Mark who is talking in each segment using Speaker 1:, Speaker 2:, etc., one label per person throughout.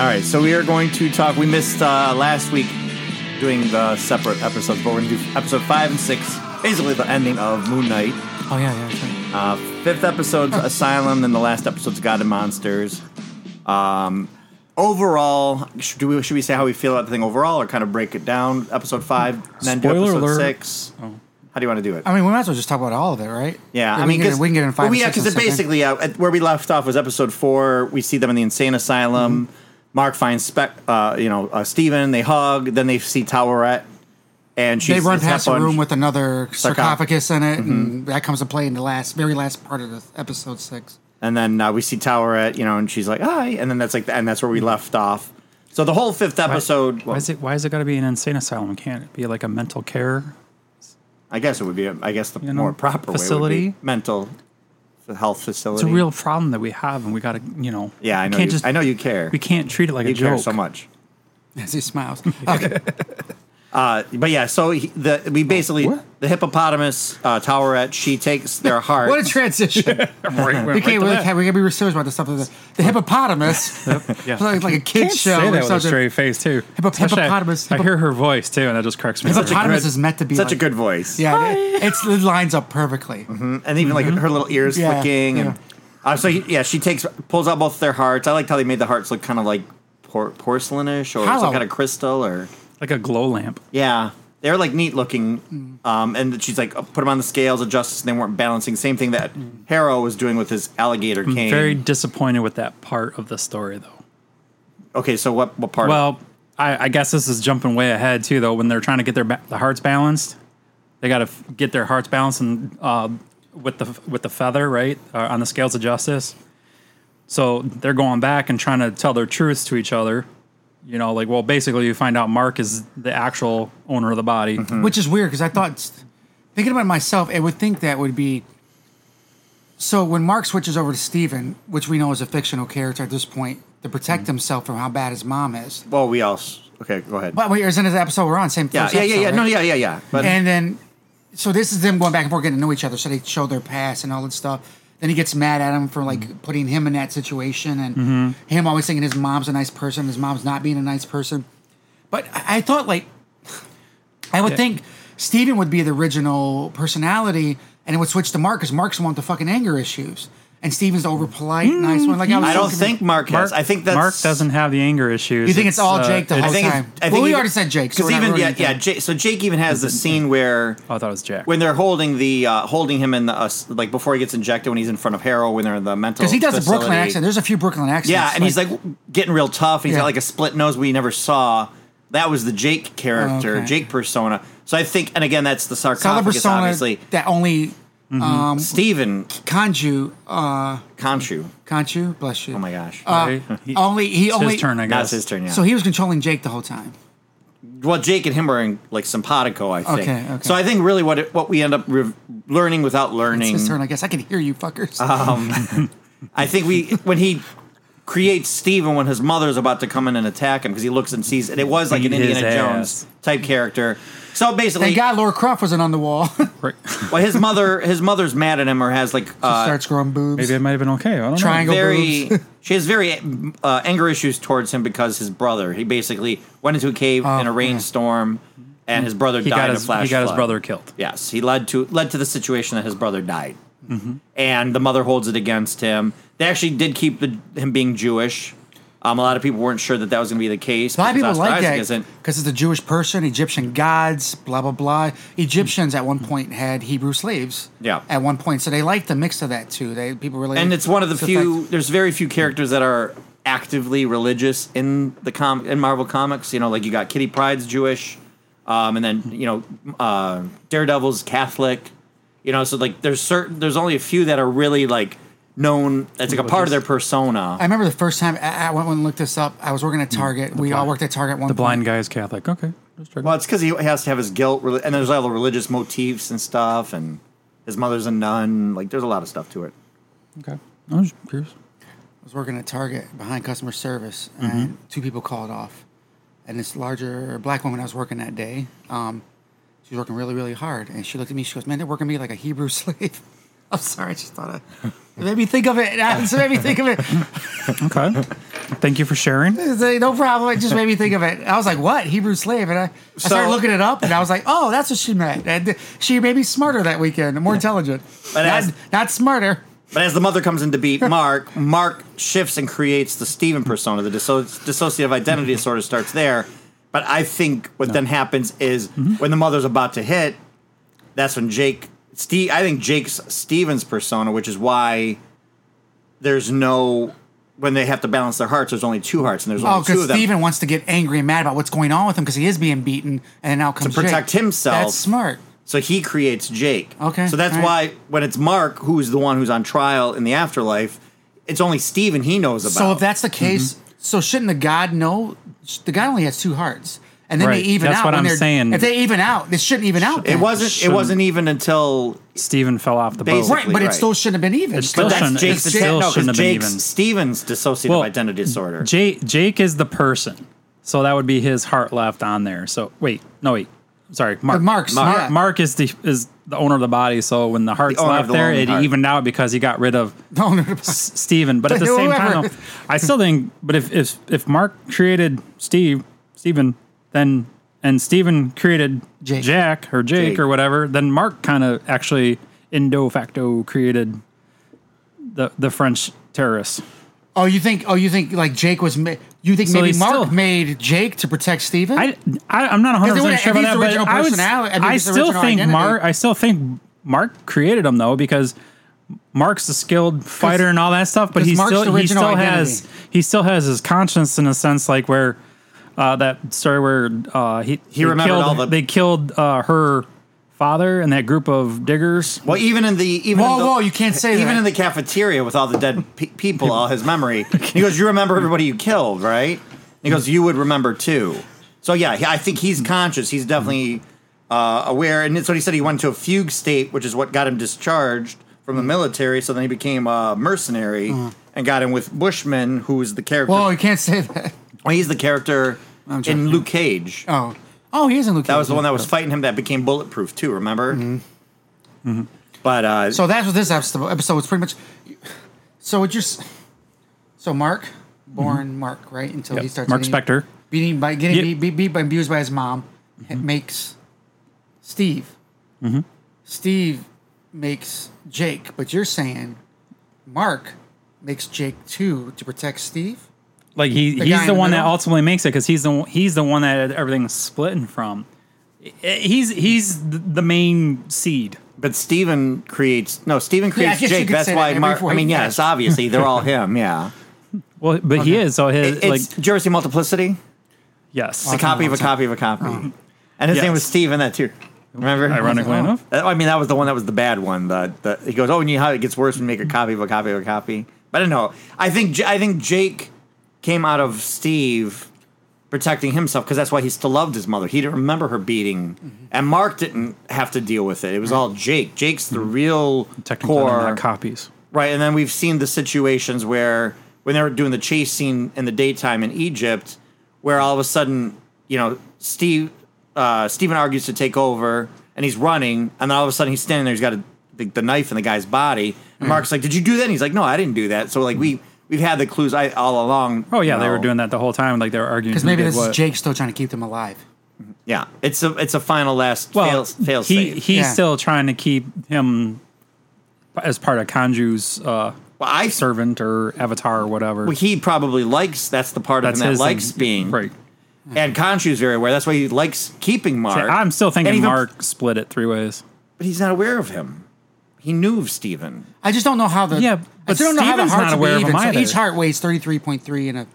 Speaker 1: All right, so we are going to talk. We missed uh, last week doing the separate episodes, but we're going to do episode five and six, basically the ending of Moon Knight.
Speaker 2: Oh yeah, yeah. That's right.
Speaker 1: Uh, fifth episode's Asylum, then the last episode's God and Monsters. Um, overall, should, do we, should we say how we feel about the thing overall, or kind of break it down? Episode five, then do
Speaker 2: Spoiler
Speaker 1: episode
Speaker 2: alert. Oh.
Speaker 1: six. How do you want to do it?
Speaker 3: I mean, we might as well just talk about all of it, right?
Speaker 1: Yeah,
Speaker 3: we
Speaker 1: I mean,
Speaker 3: can get,
Speaker 1: 'cause-
Speaker 3: we can get in five.
Speaker 1: Well,
Speaker 3: and
Speaker 1: yeah,
Speaker 3: six
Speaker 1: because
Speaker 3: in a
Speaker 1: it
Speaker 3: second.
Speaker 1: basically yeah, at- where we left off was episode four. We see them in the insane asylum.
Speaker 3: Mm-hmm.
Speaker 1: Mark finds Spec, uh, you know, uh, Steven. They hug. Then they see Towerette, and she
Speaker 3: they run
Speaker 1: sees that
Speaker 3: past a
Speaker 1: bunch.
Speaker 3: room with another
Speaker 1: Sarcophagus.
Speaker 3: sarcophagus in it,
Speaker 1: Mm-hmm.
Speaker 3: and that comes to play in the last, very last part of the episode six.
Speaker 1: and then uh, we see Towerette, you know, and she's like, "Hi," and then that's like, the, and that's where
Speaker 3: Mm-hmm.
Speaker 1: we left off. So the whole fifth episode,
Speaker 2: Why is it? Why is it got to be an insane asylum? Can't it be like a mental care?
Speaker 1: I guess it would be, I guess the
Speaker 2: You know,
Speaker 1: more proper way would
Speaker 2: facility?
Speaker 1: be mental health facility.
Speaker 2: It's a real problem that we have, and we got to, you know.
Speaker 1: yeah. I
Speaker 2: we
Speaker 1: know.
Speaker 2: Can't
Speaker 1: You,
Speaker 2: just,
Speaker 1: I know you care.
Speaker 2: We can't treat it like
Speaker 1: you
Speaker 2: a joke.
Speaker 1: care so much.
Speaker 3: As he smiles, Oh, okay.
Speaker 1: But yeah, so he, the we basically
Speaker 2: What?
Speaker 1: the hippopotamus uh, towerette. She takes their heart.
Speaker 3: what a transition!
Speaker 2: Right,
Speaker 3: we can't really,
Speaker 2: that.
Speaker 3: have, we gotta be serious about this stuff. The, the hippopotamus,
Speaker 2: yeah.
Speaker 3: It's like, like a
Speaker 2: Can't
Speaker 3: kid's show.
Speaker 2: say
Speaker 3: or
Speaker 2: that with a
Speaker 3: something.
Speaker 2: straight face too.
Speaker 3: Hippop-
Speaker 2: Especially I-
Speaker 3: hippopotamus-
Speaker 2: I,
Speaker 3: hippo-
Speaker 2: hear her voice too, and that just cracks me. up.
Speaker 3: hippopotamus is meant to be
Speaker 1: such
Speaker 3: like,
Speaker 1: a good voice.
Speaker 3: Yeah, it, it's, it lines up
Speaker 1: Mm-hmm.
Speaker 3: perfectly.
Speaker 1: and even like her little ears
Speaker 3: Yeah,
Speaker 1: flicking and.
Speaker 3: yeah.
Speaker 1: Uh, so he- yeah, she takes pulls out both their hearts. I liked how they made the hearts look kind of like por- porcelainish or some
Speaker 3: Hollow.
Speaker 1: kind of crystal or
Speaker 2: like a glow lamp.
Speaker 1: yeah, they're like neat looking.
Speaker 3: Mm.
Speaker 1: Um, and she's like put them on the scales, adjusts, and they weren't balancing. Same thing that
Speaker 3: Mm.
Speaker 1: Harrow was doing with his alligator cane.
Speaker 2: Very disappointed with that part of the story, though.
Speaker 1: okay. So what what part?
Speaker 2: Well, I, I guess this is jumping way ahead too, though. When they're trying to get their ba- the hearts balanced, they got to f- get their hearts balanced and uh, with the with the feather right uh, on the scales of justice. So they're going back and trying to tell their truths to each other. You know, like well, basically, you find out Mark is the actual owner of the body.
Speaker 1: Mm-hmm.
Speaker 3: which is weird because I thought, thinking about myself, I would think that would be. So when Mark switches over to Steven, which we know is a fictional character at this point, to protect
Speaker 1: Mm-hmm.
Speaker 3: himself from how bad his mom is.
Speaker 1: well, we all s- okay. Go ahead.
Speaker 3: But wait, it's in this episode we're on, same
Speaker 1: yeah,
Speaker 3: first
Speaker 1: yeah, yeah,
Speaker 3: episode,
Speaker 1: yeah.
Speaker 3: right?
Speaker 1: No, yeah, yeah, yeah. But
Speaker 3: And then, so this is them going back and forth, getting to know each other. So they show their past and all that stuff. Then he gets mad at him for like
Speaker 1: Mm-hmm.
Speaker 3: putting him in that situation, and him always thinking his mom's a nice person, his mom's not being a nice person. But I, I thought like, I would think Steven would be the original personality, and it would switch to Mark because Mark's the one with the fucking anger issues, and Steven's the over polite, nice one. Like I,
Speaker 1: Mm-hmm.
Speaker 3: was
Speaker 1: I don't
Speaker 3: thinking-
Speaker 1: think Mark has. I think that's
Speaker 2: Mark doesn't have the anger issues.
Speaker 3: You think it's all Jake the
Speaker 2: it's-
Speaker 1: I
Speaker 3: whole
Speaker 1: think. it's-
Speaker 3: time.
Speaker 1: I think
Speaker 3: Well, we
Speaker 1: even-
Speaker 3: already said Jake, so
Speaker 1: 'cause
Speaker 3: we're not
Speaker 1: even yeah,
Speaker 3: ruining
Speaker 1: yeah.
Speaker 3: anything.
Speaker 1: Jake, so Jake even has the scene where
Speaker 2: Oh, I thought it was Jack.
Speaker 1: when they're holding the uh, holding him in the uh, s- like before he gets injected when he's in front of Harold when they're in the mental
Speaker 3: because he does a Brooklyn
Speaker 1: facility.
Speaker 3: accent. There's a few Brooklyn accents.
Speaker 1: Yeah, and he's like getting real tough. and He's
Speaker 3: Yeah.
Speaker 1: got like a split nose we never saw. That was the Jake character,
Speaker 3: Oh, Okay.
Speaker 1: Jake persona. So I think, and again, that's the
Speaker 3: Solid
Speaker 1: sarcophagus,
Speaker 3: persona
Speaker 1: obviously.
Speaker 3: that only um,
Speaker 1: Stephen
Speaker 3: Kanju, uh,
Speaker 1: Conchu.
Speaker 3: Kanju, bless you.
Speaker 1: Oh my gosh,
Speaker 2: right? He-
Speaker 3: Only he
Speaker 2: it's
Speaker 3: only
Speaker 2: his turn, I
Speaker 1: now
Speaker 2: guess.
Speaker 1: it's his turn. Yeah.
Speaker 3: Uh, So he was controlling Jake the whole time.
Speaker 1: well, Jake and him are in like simpatico, I think.
Speaker 3: Okay, okay.
Speaker 1: So I think really what it, what we end up re- learning without learning.
Speaker 3: His turn, I guess. I can hear you fuckers.
Speaker 2: Uh,
Speaker 1: I think we when he creates Steven when his mother's about to come in and attack him because he looks and sees and it was like an
Speaker 2: Beat his
Speaker 1: Indiana Jones
Speaker 2: ass.
Speaker 1: type character. So basically,
Speaker 3: Thank God Laura Croft wasn't on the wall. she
Speaker 2: Right.
Speaker 1: well, his mother his mother's mad at him or has like uh,
Speaker 3: starts growing boobs.
Speaker 2: Maybe it might have been okay. I don't know.
Speaker 3: Triangle.
Speaker 1: very she has very uh, anger issues towards him because his brother he basically went into a cave in a
Speaker 3: man.
Speaker 1: rainstorm and his brother
Speaker 2: He
Speaker 1: died
Speaker 2: got
Speaker 1: in a
Speaker 2: his- he
Speaker 1: flash.
Speaker 2: got his
Speaker 1: flood.
Speaker 2: brother killed.
Speaker 1: Yes, he led to led to the situation that his brother died, and the mother holds it against him. They actually did keep the, him being Jewish. Um, a lot of people weren't sure that that was going to be the case.
Speaker 3: a lot of people
Speaker 1: because
Speaker 3: like
Speaker 1: Oscar
Speaker 3: that
Speaker 1: Isaac isn't.
Speaker 3: because it's a Jewish person, Egyptian gods, blah blah blah. Egyptians at one point had Hebrew slaves.
Speaker 1: Yeah.
Speaker 3: At one point, so they liked the mix of that too. They people really
Speaker 1: and it's one of the
Speaker 3: so
Speaker 1: few.
Speaker 3: thank-
Speaker 1: There's very few characters that are actively religious in the com in Marvel comics. You know, like you got Kitty Pryde's Jewish, um, and then you know uh, Daredevil's Catholic. You know, so like there's certain there's only a few that are really like known. That's like a part of their persona.
Speaker 3: I remember the first time I, I went and looked this up. I was working at Target. we all worked at Target. At one
Speaker 2: The blind
Speaker 3: point.
Speaker 2: guy is Catholic. Okay. Let's check.
Speaker 1: Well, it's because he has to have his guilt, reli- and there's all the religious motifs and stuff, and his mother's a nun. Like, there's a lot of stuff to it.
Speaker 2: Okay. I was curious.
Speaker 3: was working at Target behind customer service,
Speaker 1: Mm-hmm.
Speaker 3: and two people called off. And this larger black woman I was working that day, um, she was working really, really hard. And she looked at me. She goes, "Man, they're working me like a Hebrew slave." I'm sorry, I just thought of, it made me think of it. It made me think of it.
Speaker 2: Okay. Thank you for sharing.
Speaker 3: It's like, no problem. It just made me think of it. I was like, what? Hebrew slave. And I, I started
Speaker 1: So-
Speaker 3: looking it up and I was like, oh, that's what she meant. And she made me smarter that weekend, more intelligent.
Speaker 1: But
Speaker 3: not,
Speaker 1: as-
Speaker 3: not smarter.
Speaker 1: But as the mother comes in to beat Mark, Mark shifts and creates the Steven persona. The disso- dissociative identity disorder starts there. But I think what then happens is when the mother's about to hit, that's when Jake. Steve, I think Jake's Steven's persona, which is why there's no when they have to balance their hearts. There's only two hearts, and there's
Speaker 3: Oh,
Speaker 1: only two
Speaker 3: because
Speaker 1: of them
Speaker 3: Steven wants to get angry and mad about what's going on with him because he is being beaten. And now comes Jake.
Speaker 1: protect himself.
Speaker 3: That's smart.
Speaker 1: So he creates Jake.
Speaker 3: Okay,
Speaker 1: So that's
Speaker 3: all right.
Speaker 1: why when it's Mark who's the one who's on trial in the afterlife, it's only Steven he knows about. Mhm.
Speaker 3: So if that's the case, so shouldn't the God know? The God only has two hearts. And then
Speaker 2: Right.
Speaker 3: they even
Speaker 2: That's
Speaker 3: out.
Speaker 2: what
Speaker 3: when
Speaker 2: I'm
Speaker 3: they're-
Speaker 2: saying.
Speaker 3: If they even out, it shouldn't even out.
Speaker 1: It
Speaker 3: then.
Speaker 1: wasn't.
Speaker 2: Shouldn't-
Speaker 1: It wasn't even until.
Speaker 2: Steven fell off the boat.
Speaker 1: Basically.
Speaker 3: Right, but it
Speaker 1: right.
Speaker 3: still shouldn't have been even.
Speaker 2: It still
Speaker 3: because-
Speaker 1: That's
Speaker 2: shouldn't-
Speaker 1: Jake's
Speaker 2: it
Speaker 1: atta-
Speaker 2: still
Speaker 1: no, 'cause
Speaker 2: shouldn't have been
Speaker 1: Jake's
Speaker 2: even.
Speaker 1: Stevens dissociative
Speaker 2: Well,
Speaker 1: identity disorder.
Speaker 2: Jake, Jake is the person, so that would be his heart left on there. So wait, no wait, sorry, Mark.
Speaker 3: Mark's,
Speaker 2: Mark,
Speaker 3: yeah.
Speaker 2: Mark is the is the owner of the body. So when the heart's
Speaker 1: The owner of
Speaker 2: left
Speaker 1: the
Speaker 2: there,
Speaker 1: lonely
Speaker 2: it
Speaker 1: heart.
Speaker 2: evened out because he got rid of
Speaker 3: Oh, No, no, no.
Speaker 2: S- Steven. But at the
Speaker 3: To
Speaker 2: same time,
Speaker 3: whoever.
Speaker 2: though, I still think. But if if if Mark created Steve, Steven, then and Steven created
Speaker 3: Jake.
Speaker 2: Jack or Jake,
Speaker 1: Jake.
Speaker 2: or whatever, then Mark kind of actually indo facto created the the French terrorists.
Speaker 3: Oh, you think? Oh, you think like Jake was? Ma- you think
Speaker 2: So
Speaker 3: maybe
Speaker 2: they
Speaker 3: Mark
Speaker 2: still-
Speaker 3: made Jake to protect Steven?
Speaker 2: I, I I'm not 100
Speaker 3: they would've-
Speaker 2: percent sure
Speaker 3: if
Speaker 2: about
Speaker 3: he's
Speaker 2: that,
Speaker 3: the
Speaker 2: but
Speaker 3: original
Speaker 2: I would.
Speaker 3: personality- if
Speaker 2: I
Speaker 3: he's the
Speaker 2: still
Speaker 3: original
Speaker 2: think
Speaker 3: identity.
Speaker 2: Mark. I still think Mark created him though because Mark's a skilled fighter and all that stuff, but
Speaker 3: 'cause
Speaker 2: he
Speaker 3: Mark's the
Speaker 2: still he
Speaker 3: original
Speaker 2: still has
Speaker 3: identity.
Speaker 2: he still has his conscience in a sense, like where uh, that story where uh, he he
Speaker 1: remembered
Speaker 2: killed,
Speaker 1: all the-
Speaker 2: they killed uh, her father and that group of diggers.
Speaker 1: Well, even in the even
Speaker 3: Whoa,
Speaker 1: in the,
Speaker 3: whoa, you can't say
Speaker 1: even
Speaker 3: that.
Speaker 1: in the cafeteria with all the dead pe- people, all his memory. He goes, "You remember everybody you killed, right?" He goes, "You would remember too." So yeah, he- I think he's conscious. He's definitely uh, aware, and that's what he said. He went to a fugue state, which is what got him discharged from the military. So then he became a mercenary and got in with Bushman, who is the character.
Speaker 3: Uh-huh. Whoa, you can't say that.
Speaker 1: well, he's the character
Speaker 3: joking.
Speaker 1: in Luke Cage.
Speaker 3: Oh, oh, he is in Luke.
Speaker 1: That was the one that was fighting him that became bulletproof too. Remember?
Speaker 3: Mm-hmm.
Speaker 1: But uh,
Speaker 3: So that's what this episode episode was pretty much. So it just. So Mark, born Mark, right until he
Speaker 2: Mm-hmm. Yep,
Speaker 3: starts
Speaker 2: Mark
Speaker 3: getting-
Speaker 2: Spector.
Speaker 3: beating by getting
Speaker 2: Yep. Mm-hmm.
Speaker 3: beat, beat, beat by abused by his mom, it makes Steve. Steve makes Jake, but you're saying Mark makes Jake too to protect Steve.
Speaker 2: Like he
Speaker 3: The guy
Speaker 2: he's
Speaker 3: in
Speaker 2: the
Speaker 3: the
Speaker 2: one that
Speaker 3: middle?
Speaker 2: ultimately makes it because he's the one- he's the one that everything's splitting from. I- I- He's he's th- the main seed.
Speaker 1: But Steven creates no. Steven
Speaker 3: I
Speaker 1: creates
Speaker 3: guess you
Speaker 1: Jake.
Speaker 3: could
Speaker 1: That's
Speaker 3: say that
Speaker 1: why
Speaker 3: every
Speaker 1: Mark.
Speaker 3: four-
Speaker 1: I mean, yes, obviously they're all him. Yeah.
Speaker 2: Well, but he is so his
Speaker 1: It,
Speaker 2: like
Speaker 1: it's did you ever see Multiplicity?
Speaker 2: yes.
Speaker 1: It's a copy of a copy of a copy. And his
Speaker 2: Uh-huh. Yes.
Speaker 1: name was Steven. That too. Remember?
Speaker 2: Ironically
Speaker 3: Oh.
Speaker 2: enough,
Speaker 1: That- I mean, that was the one that was the bad one. The, the he goes, oh, and you know how it gets worse when you make a copy of a copy of a copy. But I don't know. I think J- I think Jake came out of Steve protecting himself because that's why he still loved his mother. He didn't remember her beating,
Speaker 2: Mm-hmm.
Speaker 1: and Mark didn't have to deal with it. It was all Jake. Jake's the
Speaker 2: Mm-hmm.
Speaker 1: real
Speaker 2: technically they're
Speaker 1: core
Speaker 2: not copies.
Speaker 1: Right, and then we've seen the situations where when they were doing the chase scene in the daytime in Egypt, where all of a sudden, you know, Steve uh, Stephen argues to take over, and he's running, and then all of a sudden he's standing there, he's got a, the, the knife in the guy's body, and Mark's like, "Did you do that?" And he's like, "No, I didn't do that." So like we we've had the clues I, all along.
Speaker 2: Oh yeah,
Speaker 1: you
Speaker 2: they
Speaker 1: know.
Speaker 2: were doing that the whole time. Like they were arguing
Speaker 3: Because maybe
Speaker 2: who did
Speaker 3: this is
Speaker 2: what.
Speaker 3: Jake still trying to keep them alive.
Speaker 1: Yeah, it's a it's a final last
Speaker 2: Well,
Speaker 1: fail fail
Speaker 2: he
Speaker 1: save.
Speaker 2: he's
Speaker 3: Yeah.
Speaker 2: still trying to keep him as part of Kanju's uh,
Speaker 1: Well, I
Speaker 2: servant or avatar or whatever.
Speaker 1: well, he probably likes that's the part of him that
Speaker 2: thing.
Speaker 1: likes being
Speaker 2: right.
Speaker 1: And Khonshu's very aware. That's why he likes keeping Mark.
Speaker 2: I'm still thinking
Speaker 1: And even-
Speaker 2: Mark split it three ways.
Speaker 1: but he's not aware of him. He knew of Steven.
Speaker 3: I just don't know how the
Speaker 2: Yeah,
Speaker 3: I
Speaker 2: but
Speaker 3: still don't know how the
Speaker 2: Steven's
Speaker 3: hearts
Speaker 2: not
Speaker 3: would be
Speaker 2: aware of
Speaker 3: even.
Speaker 2: them
Speaker 3: So each
Speaker 2: either.
Speaker 3: heart weighs thirty three point three and a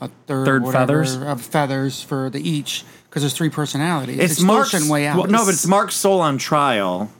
Speaker 3: a third,
Speaker 2: Third
Speaker 3: whatever
Speaker 2: feathers?
Speaker 3: of feathers for the each because there's three personalities.
Speaker 1: It's
Speaker 3: it still
Speaker 1: Mark's
Speaker 3: shouldn't weigh out.
Speaker 1: Well, no, but it's Mark's soul on trial.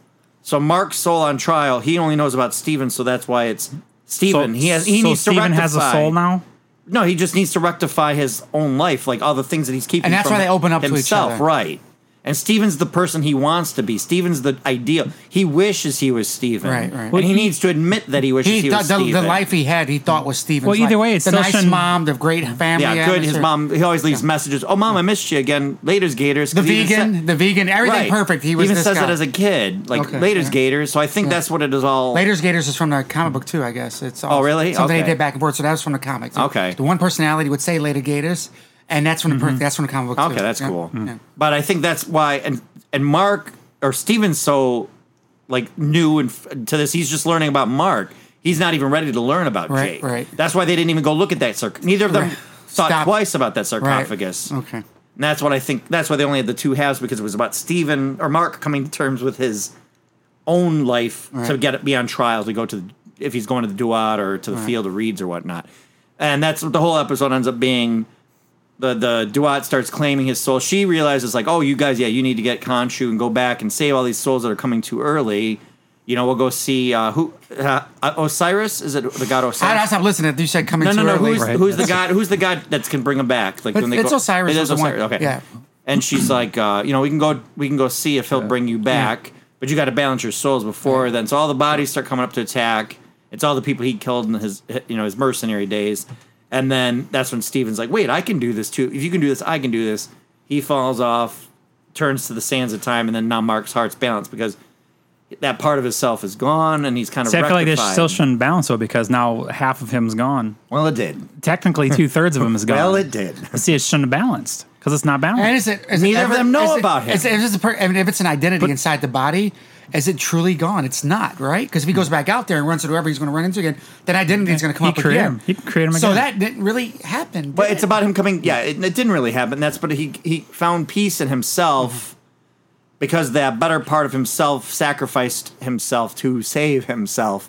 Speaker 1: So Mark's soul on trial. He only knows about Steven, so that's why it's Steven. he has he
Speaker 2: so
Speaker 1: needs to
Speaker 2: Steven
Speaker 1: rectify.
Speaker 2: has a soul now.
Speaker 1: No, he just needs to rectify his own life, like all the things that he's keeping.
Speaker 3: And that's
Speaker 1: from
Speaker 3: why they open up to each
Speaker 1: himself,
Speaker 3: other.
Speaker 1: right? And Steven's the person he wants to be. Steven's the ideal. He wishes he was Steven.
Speaker 3: Right, right.
Speaker 1: And he needs to admit that he wishes he,
Speaker 3: He,
Speaker 1: was
Speaker 3: thought the, the
Speaker 1: Steven.
Speaker 3: life he had, he thought was Steven's.
Speaker 2: Well, either
Speaker 3: life.
Speaker 2: way, it
Speaker 3: the
Speaker 2: still
Speaker 3: nice
Speaker 2: shouldn't-
Speaker 3: mom, the great family.
Speaker 1: yeah, good. His
Speaker 3: atmosphere.
Speaker 1: mom. He always leaves messages. Oh, mom, I missed you again. Later's Gators.
Speaker 3: the
Speaker 1: 'Cause he even
Speaker 3: vegan,
Speaker 1: said-
Speaker 3: the vegan, everything
Speaker 1: right.
Speaker 3: perfect. He was
Speaker 1: even
Speaker 3: this
Speaker 1: says
Speaker 3: guy.
Speaker 1: it as a kid. Like
Speaker 3: Okay,
Speaker 1: Later's
Speaker 3: yeah.
Speaker 1: Gators. So I think that's what it is all.
Speaker 3: Later's Gators is from the comic book too, I guess. It's all
Speaker 1: Oh, really?
Speaker 3: something
Speaker 1: Okay.
Speaker 3: they did back and forth. So that was from the comics.
Speaker 1: Okay.
Speaker 3: the one personality would say Later Gators, and that's from the
Speaker 2: Mm-hmm.
Speaker 3: per- that's from the comic book.
Speaker 1: Okay,
Speaker 3: too.
Speaker 1: that's
Speaker 3: Yeah, Mm.
Speaker 1: cool.
Speaker 3: yeah.
Speaker 1: But I think that's why, and and Mark or Steven's so like new and f- to this, he's just learning about Mark. He's not even ready to learn about
Speaker 3: Right,
Speaker 1: Jake.
Speaker 3: right.
Speaker 1: That's why they didn't even go look at that sarc. Neither of them
Speaker 3: Right.
Speaker 1: thought
Speaker 3: Stop.
Speaker 1: twice about that
Speaker 3: Right.
Speaker 1: sarcophagus.
Speaker 3: Okay.
Speaker 1: And that's what I think. That's why they only had the two halves because it was about Steven or Mark coming to terms with his own life to
Speaker 3: Right.
Speaker 1: get it be on trial to go to the, if he's going to the duat or to the field of reeds or whatnot. And that's what the whole episode ends up being. The the duat starts claiming his soul. She realizes like, oh, you guys, yeah, you need to get Khonshu and go back and save all these souls that are coming too early. You know, we'll go see uh, who uh, Osiris is it the god
Speaker 3: I, I
Speaker 1: Osiris?
Speaker 3: stopped listening. You said coming
Speaker 1: No, no,
Speaker 3: too
Speaker 1: no.
Speaker 3: early.
Speaker 1: Who's, who's the god? Who's the god that can bring him back? Like when they
Speaker 3: It's, it's
Speaker 1: go,
Speaker 3: Osiris.
Speaker 1: It
Speaker 3: was
Speaker 1: is
Speaker 3: the one.
Speaker 1: Osiris. Okay.
Speaker 3: Yeah.
Speaker 1: And she's like, uh, you know, we can go, we can go see if he'll bring you back, but you got to balance your souls before then. So all the bodies start coming up to attack. It's all the people he killed in his, you know, his mercenary days. And then that's when Steven's like, wait, I can do this too. If you can do this, I can do this. He falls off, turns to the sands of time, and then now Mark's heart's balanced because that part of his self is gone, and he's kind of.
Speaker 2: See, I feel like they
Speaker 1: rectified.
Speaker 2: still shouldn't balance though because now half of him's gone.
Speaker 1: Well, it did.
Speaker 2: Technically, two thirds of him is gone.
Speaker 1: Well, it did.
Speaker 2: See, it shouldn't have balanced because it's not balanced.
Speaker 3: And is it, is
Speaker 1: Neither
Speaker 3: it
Speaker 1: of
Speaker 3: ever-
Speaker 1: them know
Speaker 3: is it-
Speaker 1: about him.
Speaker 3: Is, it- is it a per, I mean, if it's an identity inside the body, is it truly gone? It's not, right? Because if he goes back out there and runs into whoever he's going to run into again, that identity is going to come
Speaker 2: He
Speaker 3: up
Speaker 2: create
Speaker 3: again.
Speaker 2: him. He can create him
Speaker 3: So
Speaker 2: again.
Speaker 3: that didn't really happen.
Speaker 1: But
Speaker 3: did
Speaker 1: it's
Speaker 3: it?
Speaker 1: about him coming. Yeah, it, it didn't really happen. That's but he he found peace in himself because that better part of himself sacrificed himself to save himself.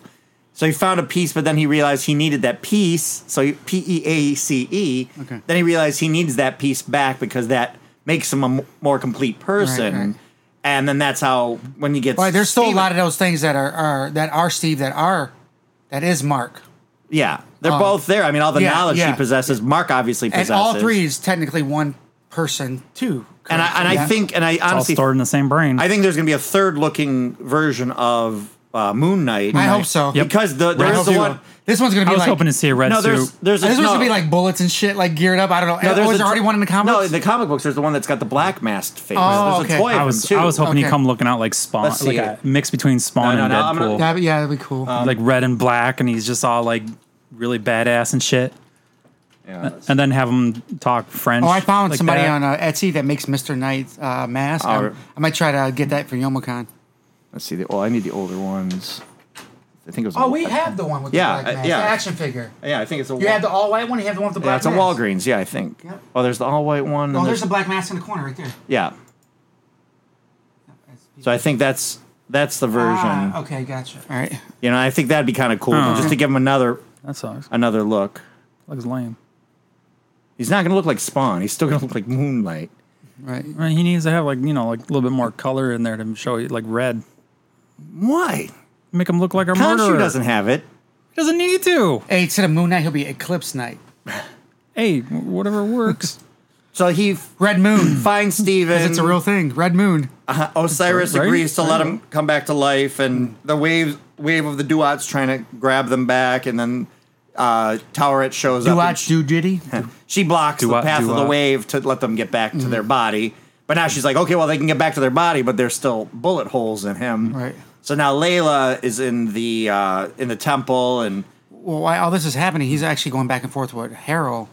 Speaker 1: So he found a peace, but then he realized he needed that peace. So P E A C E.
Speaker 3: Okay.
Speaker 1: Then he realized he needs that peace back because that makes him a m- more complete person.
Speaker 3: right.
Speaker 1: And then that's how when he gets.
Speaker 3: But there's still
Speaker 1: Steven-
Speaker 3: a lot of those things that are, are that are Steve that are that is Mark,
Speaker 1: Yeah, they're both there. I mean, all the
Speaker 3: Oh. yeah,
Speaker 1: knowledge
Speaker 3: yeah.
Speaker 1: he possesses, Mark obviously
Speaker 3: and
Speaker 1: possesses.
Speaker 3: all three is technically one person too.
Speaker 1: And I, and I
Speaker 3: Yeah.
Speaker 1: think, and I
Speaker 2: it's all
Speaker 1: honestly
Speaker 2: stored in the same brain.
Speaker 1: I think there's going to be a third looking version of uh, Moon Knight.
Speaker 3: I hope so. Yep.
Speaker 1: Because the,
Speaker 3: I
Speaker 1: there is
Speaker 3: hope
Speaker 1: the
Speaker 3: so.
Speaker 1: one.
Speaker 3: This one's going to
Speaker 2: I
Speaker 3: be
Speaker 2: was
Speaker 3: like
Speaker 2: hoping to see a red
Speaker 1: No, there's
Speaker 2: suit.
Speaker 1: there's a,
Speaker 3: this one's
Speaker 1: no,
Speaker 3: going to be like bullets and shit, like geared up. I don't know.
Speaker 1: no, there's
Speaker 3: was
Speaker 1: a
Speaker 3: there already
Speaker 1: t-
Speaker 3: one in the comics?
Speaker 1: No, in the comic books, there's the one that's got the black masked face.
Speaker 3: Oh,
Speaker 1: there's a
Speaker 3: okay.
Speaker 1: toy.
Speaker 2: I
Speaker 1: of
Speaker 2: was
Speaker 1: him, too.
Speaker 2: I was hoping
Speaker 3: Okay.
Speaker 2: he'd come looking out like Spawn,
Speaker 1: Let's see
Speaker 2: like a
Speaker 1: it.
Speaker 2: mix between Spawn
Speaker 1: No,
Speaker 2: and
Speaker 1: no, no, I'm
Speaker 2: Deadpool,
Speaker 1: not-
Speaker 3: yeah, yeah, that'd be
Speaker 1: Um,
Speaker 3: cool.
Speaker 2: like red and black, and he's just all like really badass and shit.
Speaker 1: Yeah, that's-
Speaker 2: And then have him talk French.
Speaker 3: Oh, I found
Speaker 2: like
Speaker 3: somebody
Speaker 2: that.
Speaker 3: on uh, Etsy that makes Mr. Knight's uh, mask. I'm-
Speaker 1: Alright.
Speaker 3: I might try to get that for YomoCon.
Speaker 1: Let's see. The, oh, I need the older ones. I think it was.
Speaker 3: Oh,
Speaker 1: a-
Speaker 3: the one with
Speaker 1: the Yeah, black uh, mask, yeah. the action
Speaker 3: figure.
Speaker 1: Yeah, I think it's a.
Speaker 3: all white one. You have the one with the
Speaker 1: Yeah, it's a Walgreens. Yeah, I think.
Speaker 3: Yep.
Speaker 1: Oh, there's the all white one. and
Speaker 3: black mask in the corner right there.
Speaker 1: Yeah. So I think that's that's the version.
Speaker 3: Ah, okay, gotcha. All right.
Speaker 1: You know, I think that'd be kind of cool
Speaker 2: Oh.
Speaker 1: just to give him another
Speaker 2: That sucks.
Speaker 1: another look.
Speaker 2: Looks lame.
Speaker 1: He's not going to look like Spawn. He's still going to look like Moonlight.
Speaker 3: Right.
Speaker 2: I mean, he needs to have like you know like a little bit more color in there to show you like red.
Speaker 1: Why?
Speaker 2: Make him look like a murderer.
Speaker 1: Khonshu doesn't have it.
Speaker 2: Doesn't need to.
Speaker 3: Hey, instead of Moon Knight, he'll be Eclipse Knight.
Speaker 2: Hey, whatever works.
Speaker 1: So he f-
Speaker 3: Red Moon.
Speaker 1: finds Steven.
Speaker 3: it's a real thing. Red Moon.
Speaker 1: Uh, Osiris
Speaker 2: Right?
Speaker 1: agrees to let him come back to life, and the wave wave of the Duat's trying to grab them back, and then uh, Towerette shows up.
Speaker 3: Do
Speaker 1: and
Speaker 3: watch Do Diddy.
Speaker 1: She blocks
Speaker 2: Duat,
Speaker 1: the path of the
Speaker 2: Duat. Mm-hmm.
Speaker 1: wave to let them get back to their body. But now she's like, okay, well, they can get back to their body, but there's still bullet holes in him.
Speaker 3: Right.
Speaker 1: So now Layla is in the uh, in the temple, and
Speaker 3: Well, while all this is happening, he's actually going back and forth with Harold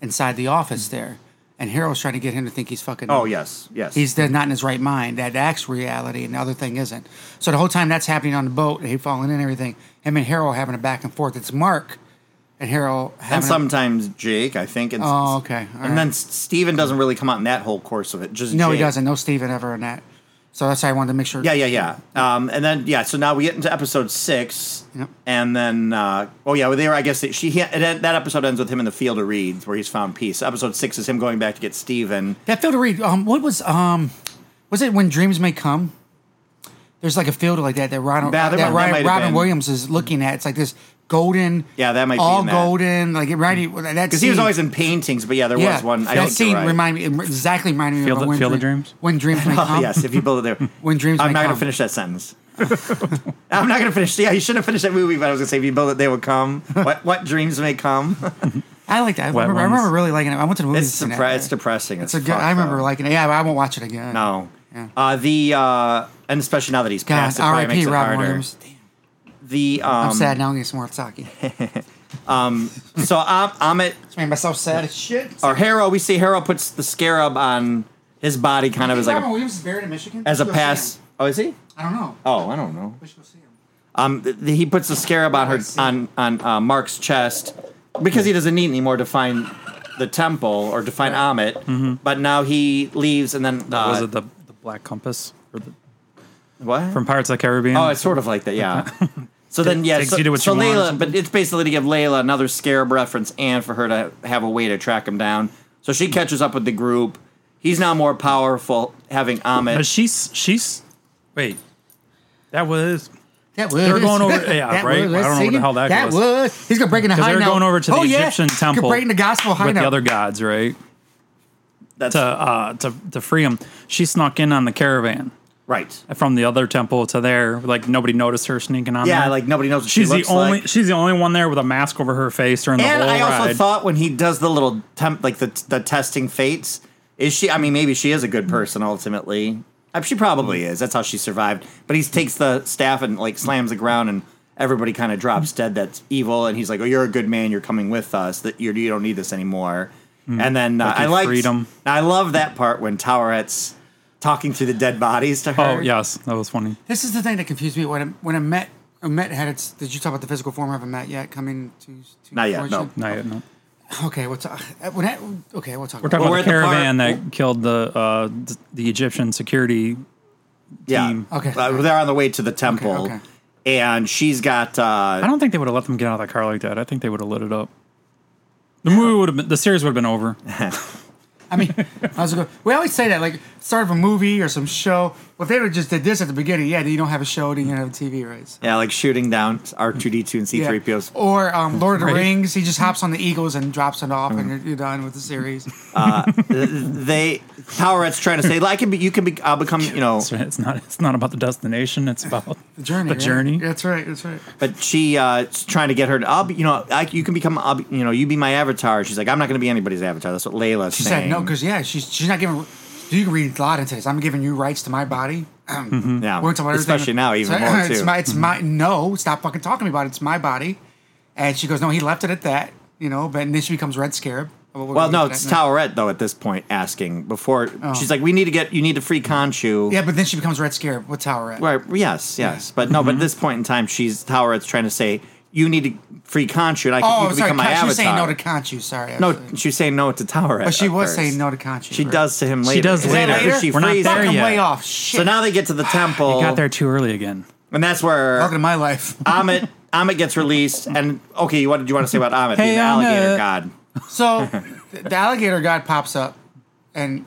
Speaker 3: inside the office there, and Harold's trying to get him to think he's fucking.
Speaker 1: oh yes, yes,
Speaker 3: he's dead, not in his right mind. That act's reality, and the other thing isn't. So the whole time that's happening on the boat, he falling in and everything. Him and Harold having a back and forth. It's Mark and Harold
Speaker 1: and
Speaker 3: having. a-
Speaker 1: sometimes Jake, I think. And,
Speaker 3: Oh, okay. All
Speaker 1: and
Speaker 3: right.
Speaker 1: then S- Steven doesn't really come out in that whole course of it. Just
Speaker 3: no, he
Speaker 1: Jake.
Speaker 3: doesn't. No, Steven ever in that. So that's why I wanted to make sure.
Speaker 1: Yeah, yeah, yeah. Um, and then yeah, so now we get into episode six,
Speaker 3: Yep.
Speaker 1: and then uh, oh yeah, well, there I guess she he, it, that episode ends with him in the field of reeds where he's found peace. Episode six is him going back to get Steven.
Speaker 3: That failed to read. Um, what was um, was it when dreams may come? There's like a field like that that Ron,
Speaker 1: That- that
Speaker 3: that,
Speaker 1: might- that
Speaker 3: Ryan-
Speaker 1: might have
Speaker 3: Robin
Speaker 1: been.
Speaker 3: Williams is looking at. It's like this golden,
Speaker 1: Yeah, that might be
Speaker 3: all
Speaker 1: in that.
Speaker 3: golden. Like it ready that
Speaker 1: Because he was always in paintings, but yeah, there was one. I
Speaker 3: that
Speaker 1: think
Speaker 3: scene
Speaker 1: you're right.
Speaker 3: remind me it exactly reminded me
Speaker 2: Field
Speaker 3: of
Speaker 2: of-
Speaker 3: when
Speaker 2: Field of
Speaker 3: Dream-
Speaker 2: Dreams?
Speaker 3: When dreams may
Speaker 1: Oh,
Speaker 3: come.
Speaker 1: yes, if you build it there.
Speaker 3: When dreams
Speaker 1: I'm
Speaker 3: may
Speaker 1: not going
Speaker 3: come.
Speaker 1: to finish that sentence. I'm not going to finish. Yeah, you shouldn't have finished that movie, but I was going to say, if you build it, they will come. What what dreams may come?
Speaker 3: I liked it. I remember, I
Speaker 2: ones.
Speaker 3: remember really liking it. I went to the movies.
Speaker 1: It's,
Speaker 3: and
Speaker 1: depre-
Speaker 3: it-
Speaker 1: it's depressing.
Speaker 3: It's a good. I remember liking it. Yeah, but I won't watch it again.
Speaker 1: No.
Speaker 3: Yeah.
Speaker 1: Uh, the uh, and especially now that he's
Speaker 3: God,
Speaker 1: passed, it probably
Speaker 3: R.I.P.
Speaker 1: makes it
Speaker 3: Robin
Speaker 1: harder.
Speaker 3: Williams. Damn,
Speaker 1: The um,
Speaker 3: I'm sad now. I'm getting some more Saki. It's
Speaker 1: So um, Amit
Speaker 3: made myself sad as shit.
Speaker 1: or Harrow, we see Harrow puts the scarab on his body, kind of as like
Speaker 3: Robin
Speaker 1: a,
Speaker 3: Williams is buried in Michigan.
Speaker 1: as a
Speaker 3: Let's go see
Speaker 1: pass.
Speaker 3: him.
Speaker 1: Oh, is he?
Speaker 3: I don't
Speaker 2: Uh,
Speaker 3: know.
Speaker 1: Oh, I don't know.
Speaker 3: We should go see him.
Speaker 1: Um, th- he puts the scarab on her
Speaker 3: I see.
Speaker 1: on on uh, Mark's chest because he doesn't need anymore to find the temple or to find Amit.
Speaker 3: Mm-hmm.
Speaker 1: But now he leaves, and then uh,
Speaker 2: was it the, the Black Compass or the,
Speaker 1: what?
Speaker 2: from Pirates of the Caribbean?
Speaker 1: oh, it's sort of like that, yeah. So then, yeah,
Speaker 2: takes
Speaker 1: so,
Speaker 2: you to what
Speaker 1: so
Speaker 2: you want or
Speaker 1: Layla,
Speaker 2: something.
Speaker 1: but it's basically to give Layla another scarab reference and for her to have a way to track him down. So she catches up with the group. He's now more powerful, having Amit.
Speaker 2: But she's she's wait. That was
Speaker 3: That was.
Speaker 2: They're going over- yeah,
Speaker 3: That
Speaker 2: right? I don't know what the
Speaker 3: singing.
Speaker 2: hell that
Speaker 3: That
Speaker 2: was.
Speaker 3: was. He's gonna break into high
Speaker 2: because they're
Speaker 3: note.
Speaker 2: going over to the
Speaker 3: oh, yeah.
Speaker 2: Egyptian
Speaker 3: He's gonna
Speaker 2: temple
Speaker 3: break into gospel high
Speaker 2: with
Speaker 3: note.
Speaker 2: the other gods, right?
Speaker 1: That's
Speaker 2: To uh to to free him. She snuck in on the caravan
Speaker 1: right.
Speaker 2: from the other temple to there. Like nobody noticed her sneaking on.
Speaker 1: Yeah,
Speaker 2: there.
Speaker 1: like nobody knows what
Speaker 2: she's
Speaker 1: she
Speaker 2: the
Speaker 1: looks
Speaker 2: only
Speaker 1: like.
Speaker 2: she's the only one there with a mask over her face during the
Speaker 1: And
Speaker 2: whole
Speaker 1: I also
Speaker 2: ride.
Speaker 1: thought when he does the little temp, like the the testing fates, is she? I mean, maybe she is a good person ultimately. Uh, She probably is. That's how she survived. But he takes the staff and like slams the ground, and everybody kind of drops dead. That's evil, and he's like, "Oh, you're a good man. You're coming with us. That you're, you don't need this anymore." And then uh, I like
Speaker 2: Hmm. freedom.
Speaker 1: I love that part when Towerette's talking through the dead bodies to her.
Speaker 2: oh yes, that was funny.
Speaker 3: This is the thing that confused me when I, when I met. I met had its. Did you talk about the physical form? I haven't met yet. Coming to, to
Speaker 1: Not yet, no.
Speaker 3: fruition?
Speaker 2: No, yeah, no.
Speaker 3: Okay, we'll talk. uh, When I, okay, we'll talk.
Speaker 2: We're talking
Speaker 1: Well,
Speaker 2: about the
Speaker 1: we're at the
Speaker 2: caravan
Speaker 1: park-
Speaker 2: that killed the uh th- the Egyptian security.
Speaker 1: yeah.
Speaker 2: team.
Speaker 3: Okay.
Speaker 1: Uh, they're on the way to the temple,
Speaker 3: okay.
Speaker 1: and she's got. Uh,
Speaker 2: I don't think they would have let them get out of the car like that. I think they would have lit it up. The movie would have been the series would have been over.
Speaker 3: I mean, how's it go? We always say that, like, start of a movie or some show. Well, if they would just did this at the beginning, yeah, then you don't have a show, then you don't have a TV, right? So,
Speaker 1: Yeah, like shooting down R two D two and C
Speaker 3: yeah.
Speaker 1: E three POs.
Speaker 3: Or um, Lord of the
Speaker 2: Right. Mm-hmm.
Speaker 3: Rings, he just hops on the Eagles and drops it off, and you're, you're done with the series.
Speaker 1: They Towerette's trying to say, like, I can be, you can be, I'll become, you know.
Speaker 2: So it's not it's not about the destination. It's about
Speaker 3: The journey.
Speaker 2: The
Speaker 3: right?
Speaker 2: journey.
Speaker 3: That's right. That's right.
Speaker 1: But she uh, is trying to get her. To, I'll be, you know, I, you can become, I'll be, you know, you be my avatar. She's like, I'm not going to be anybody's avatar. That's what Layla's
Speaker 3: She
Speaker 1: saying.
Speaker 3: said no because yeah, she's she's not giving. You can read a lot into this. I'm giving you rights to my body. Um,
Speaker 2: Mm-hmm.
Speaker 1: yeah,
Speaker 3: We're talking about everything.
Speaker 1: Um, especially now, even
Speaker 3: So,
Speaker 1: more too. Mm-hmm.
Speaker 3: It's my, it's my no. Stop fucking talking to me about it. It's my body. And she goes, no, he left it at that. You know, but and then she becomes Red Scarab. Well, we're
Speaker 1: well,
Speaker 3: gonna
Speaker 1: no,
Speaker 3: get to
Speaker 1: it's
Speaker 3: that in a-
Speaker 1: Towerette though. At this point, asking before
Speaker 3: Oh.
Speaker 1: she's like, we need to get, you need to free Khonshu.
Speaker 3: Yeah, but then she becomes Red Scarab with Towerette.
Speaker 1: Right. Yes. Yes. But no. But at this point in time, she's Towerette's trying to say, you need to free Khonshu, and I can, you
Speaker 3: Oh,
Speaker 1: can
Speaker 3: sorry.
Speaker 1: become my
Speaker 3: Con- she
Speaker 1: avatar.
Speaker 3: was saying no to Kanchu. Sorry.
Speaker 1: No,
Speaker 3: absolutely.
Speaker 1: she's saying no to Towerette.
Speaker 3: but she
Speaker 1: at
Speaker 3: was
Speaker 1: first.
Speaker 3: saying no to Kanchu.
Speaker 1: She does to him later.
Speaker 2: does
Speaker 1: Is that
Speaker 2: later.
Speaker 1: later?
Speaker 2: We're not
Speaker 1: frees
Speaker 2: there
Speaker 1: him.
Speaker 3: I'm
Speaker 2: yet.
Speaker 3: way off. Shit.
Speaker 1: So now they get to the temple.
Speaker 2: got there too early again.
Speaker 1: and that's where
Speaker 3: welcome to my life.
Speaker 1: Amit Amit gets released. And okay, what did you want to say about Amit?
Speaker 2: Hey,
Speaker 1: being the alligator
Speaker 2: Amit.
Speaker 1: god.
Speaker 3: So th- the alligator god pops up, and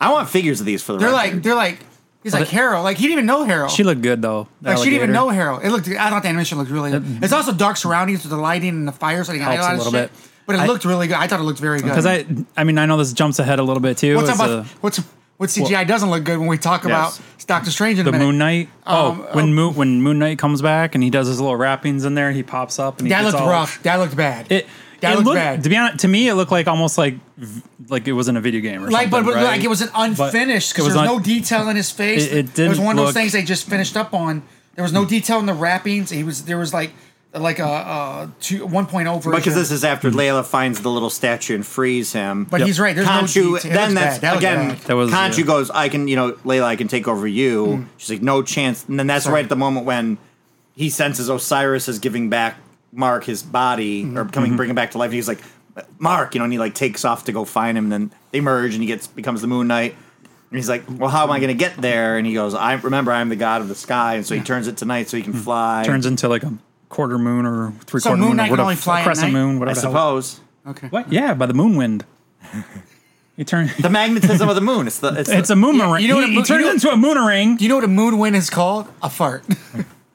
Speaker 1: I want figures of these for the.
Speaker 3: they're
Speaker 1: record.
Speaker 3: like, they're like, he's like Harold. Like he didn't even know Harold.
Speaker 2: She looked good though. the
Speaker 3: Like she didn't even know
Speaker 2: alligator.
Speaker 3: Harold. It looked. I thought the animation looked really. good. It's also dark surroundings with the lighting and the fire, so they got a
Speaker 2: Helps
Speaker 3: lot
Speaker 2: a
Speaker 3: of shit.
Speaker 2: little bit.
Speaker 3: But it
Speaker 2: I-
Speaker 3: looked really good. I thought it looked very good.
Speaker 2: because I I mean I know this jumps ahead a little bit too.
Speaker 3: what's
Speaker 2: It's,
Speaker 3: up about
Speaker 2: uh,
Speaker 3: what's what CGI doesn't look good when we talk about Doctor Strange in a
Speaker 2: the
Speaker 3: minute.
Speaker 2: Moon Knight.
Speaker 3: Um,
Speaker 2: oh, when Moon when Moon Knight comes back and he does his little wrappings in there, he pops up and he
Speaker 3: that
Speaker 2: gets
Speaker 3: looked
Speaker 2: all-
Speaker 3: rough. That looked bad.
Speaker 2: It
Speaker 3: That
Speaker 2: it
Speaker 3: looked
Speaker 2: looked
Speaker 3: bad.
Speaker 2: to be honest to me it looked like almost like v- like it was in a video game or
Speaker 3: like, but,
Speaker 2: something.
Speaker 3: but
Speaker 2: right?
Speaker 3: like it was an unfinished
Speaker 2: it
Speaker 3: because
Speaker 2: was
Speaker 3: there was
Speaker 2: un-
Speaker 3: no detail in his face.
Speaker 2: It- it
Speaker 3: It was
Speaker 2: didn't
Speaker 3: one of those
Speaker 2: look- Hmm.
Speaker 3: things they just finished up on. There was no detail in the wrappings. He was there was like like a uh, two, 1.0 version.
Speaker 1: Because this is after Layla finds the little statue and frees him.
Speaker 3: Mm-hmm. But he's right. There's no
Speaker 1: Kanchu,
Speaker 3: detail. It
Speaker 1: then
Speaker 3: looks
Speaker 1: that's
Speaker 3: bad. That looks
Speaker 1: again.
Speaker 3: bad.
Speaker 2: That was-
Speaker 1: Kanchu
Speaker 2: yeah.
Speaker 1: goes, "I can, you know, Layla, I can take over you."
Speaker 3: Mm-hmm.
Speaker 1: She's like, "No chance." And then that's right at the moment when he senses Osiris is giving back Mark his body
Speaker 3: Mm-hmm.
Speaker 1: or
Speaker 2: Mm-hmm.
Speaker 1: coming, bringing back to life. And he's like, "Mark," you know, and he like takes off to go find him. And then they merge, and he gets becomes the Moon Knight. And he's like, "Well, how am I going to get there?" And he goes, "I remember, I'm the god of the sky." And so he turns it to night so he can
Speaker 3: Mm-hmm.
Speaker 1: fly.
Speaker 2: turns into like a quarter moon or three
Speaker 3: So
Speaker 2: quarter
Speaker 3: Moon
Speaker 2: moon,
Speaker 3: Knight
Speaker 2: or
Speaker 3: can
Speaker 2: whatever,
Speaker 3: only fly
Speaker 2: a
Speaker 3: at
Speaker 2: crescent
Speaker 3: night?
Speaker 2: moon,
Speaker 1: I
Speaker 2: whatever. the hell-
Speaker 1: suppose.
Speaker 3: okay.
Speaker 2: What? Yeah, by the moon wind. He turned.
Speaker 1: The magnetism of the moon. It's the it's,
Speaker 2: It's
Speaker 1: the,
Speaker 2: a moon
Speaker 3: Yeah,
Speaker 2: ring.
Speaker 3: you know what a
Speaker 2: he, he
Speaker 3: moon-
Speaker 2: turned
Speaker 3: you know-
Speaker 2: into a moon ring.
Speaker 3: Do you know what a moon wind is called? A fart.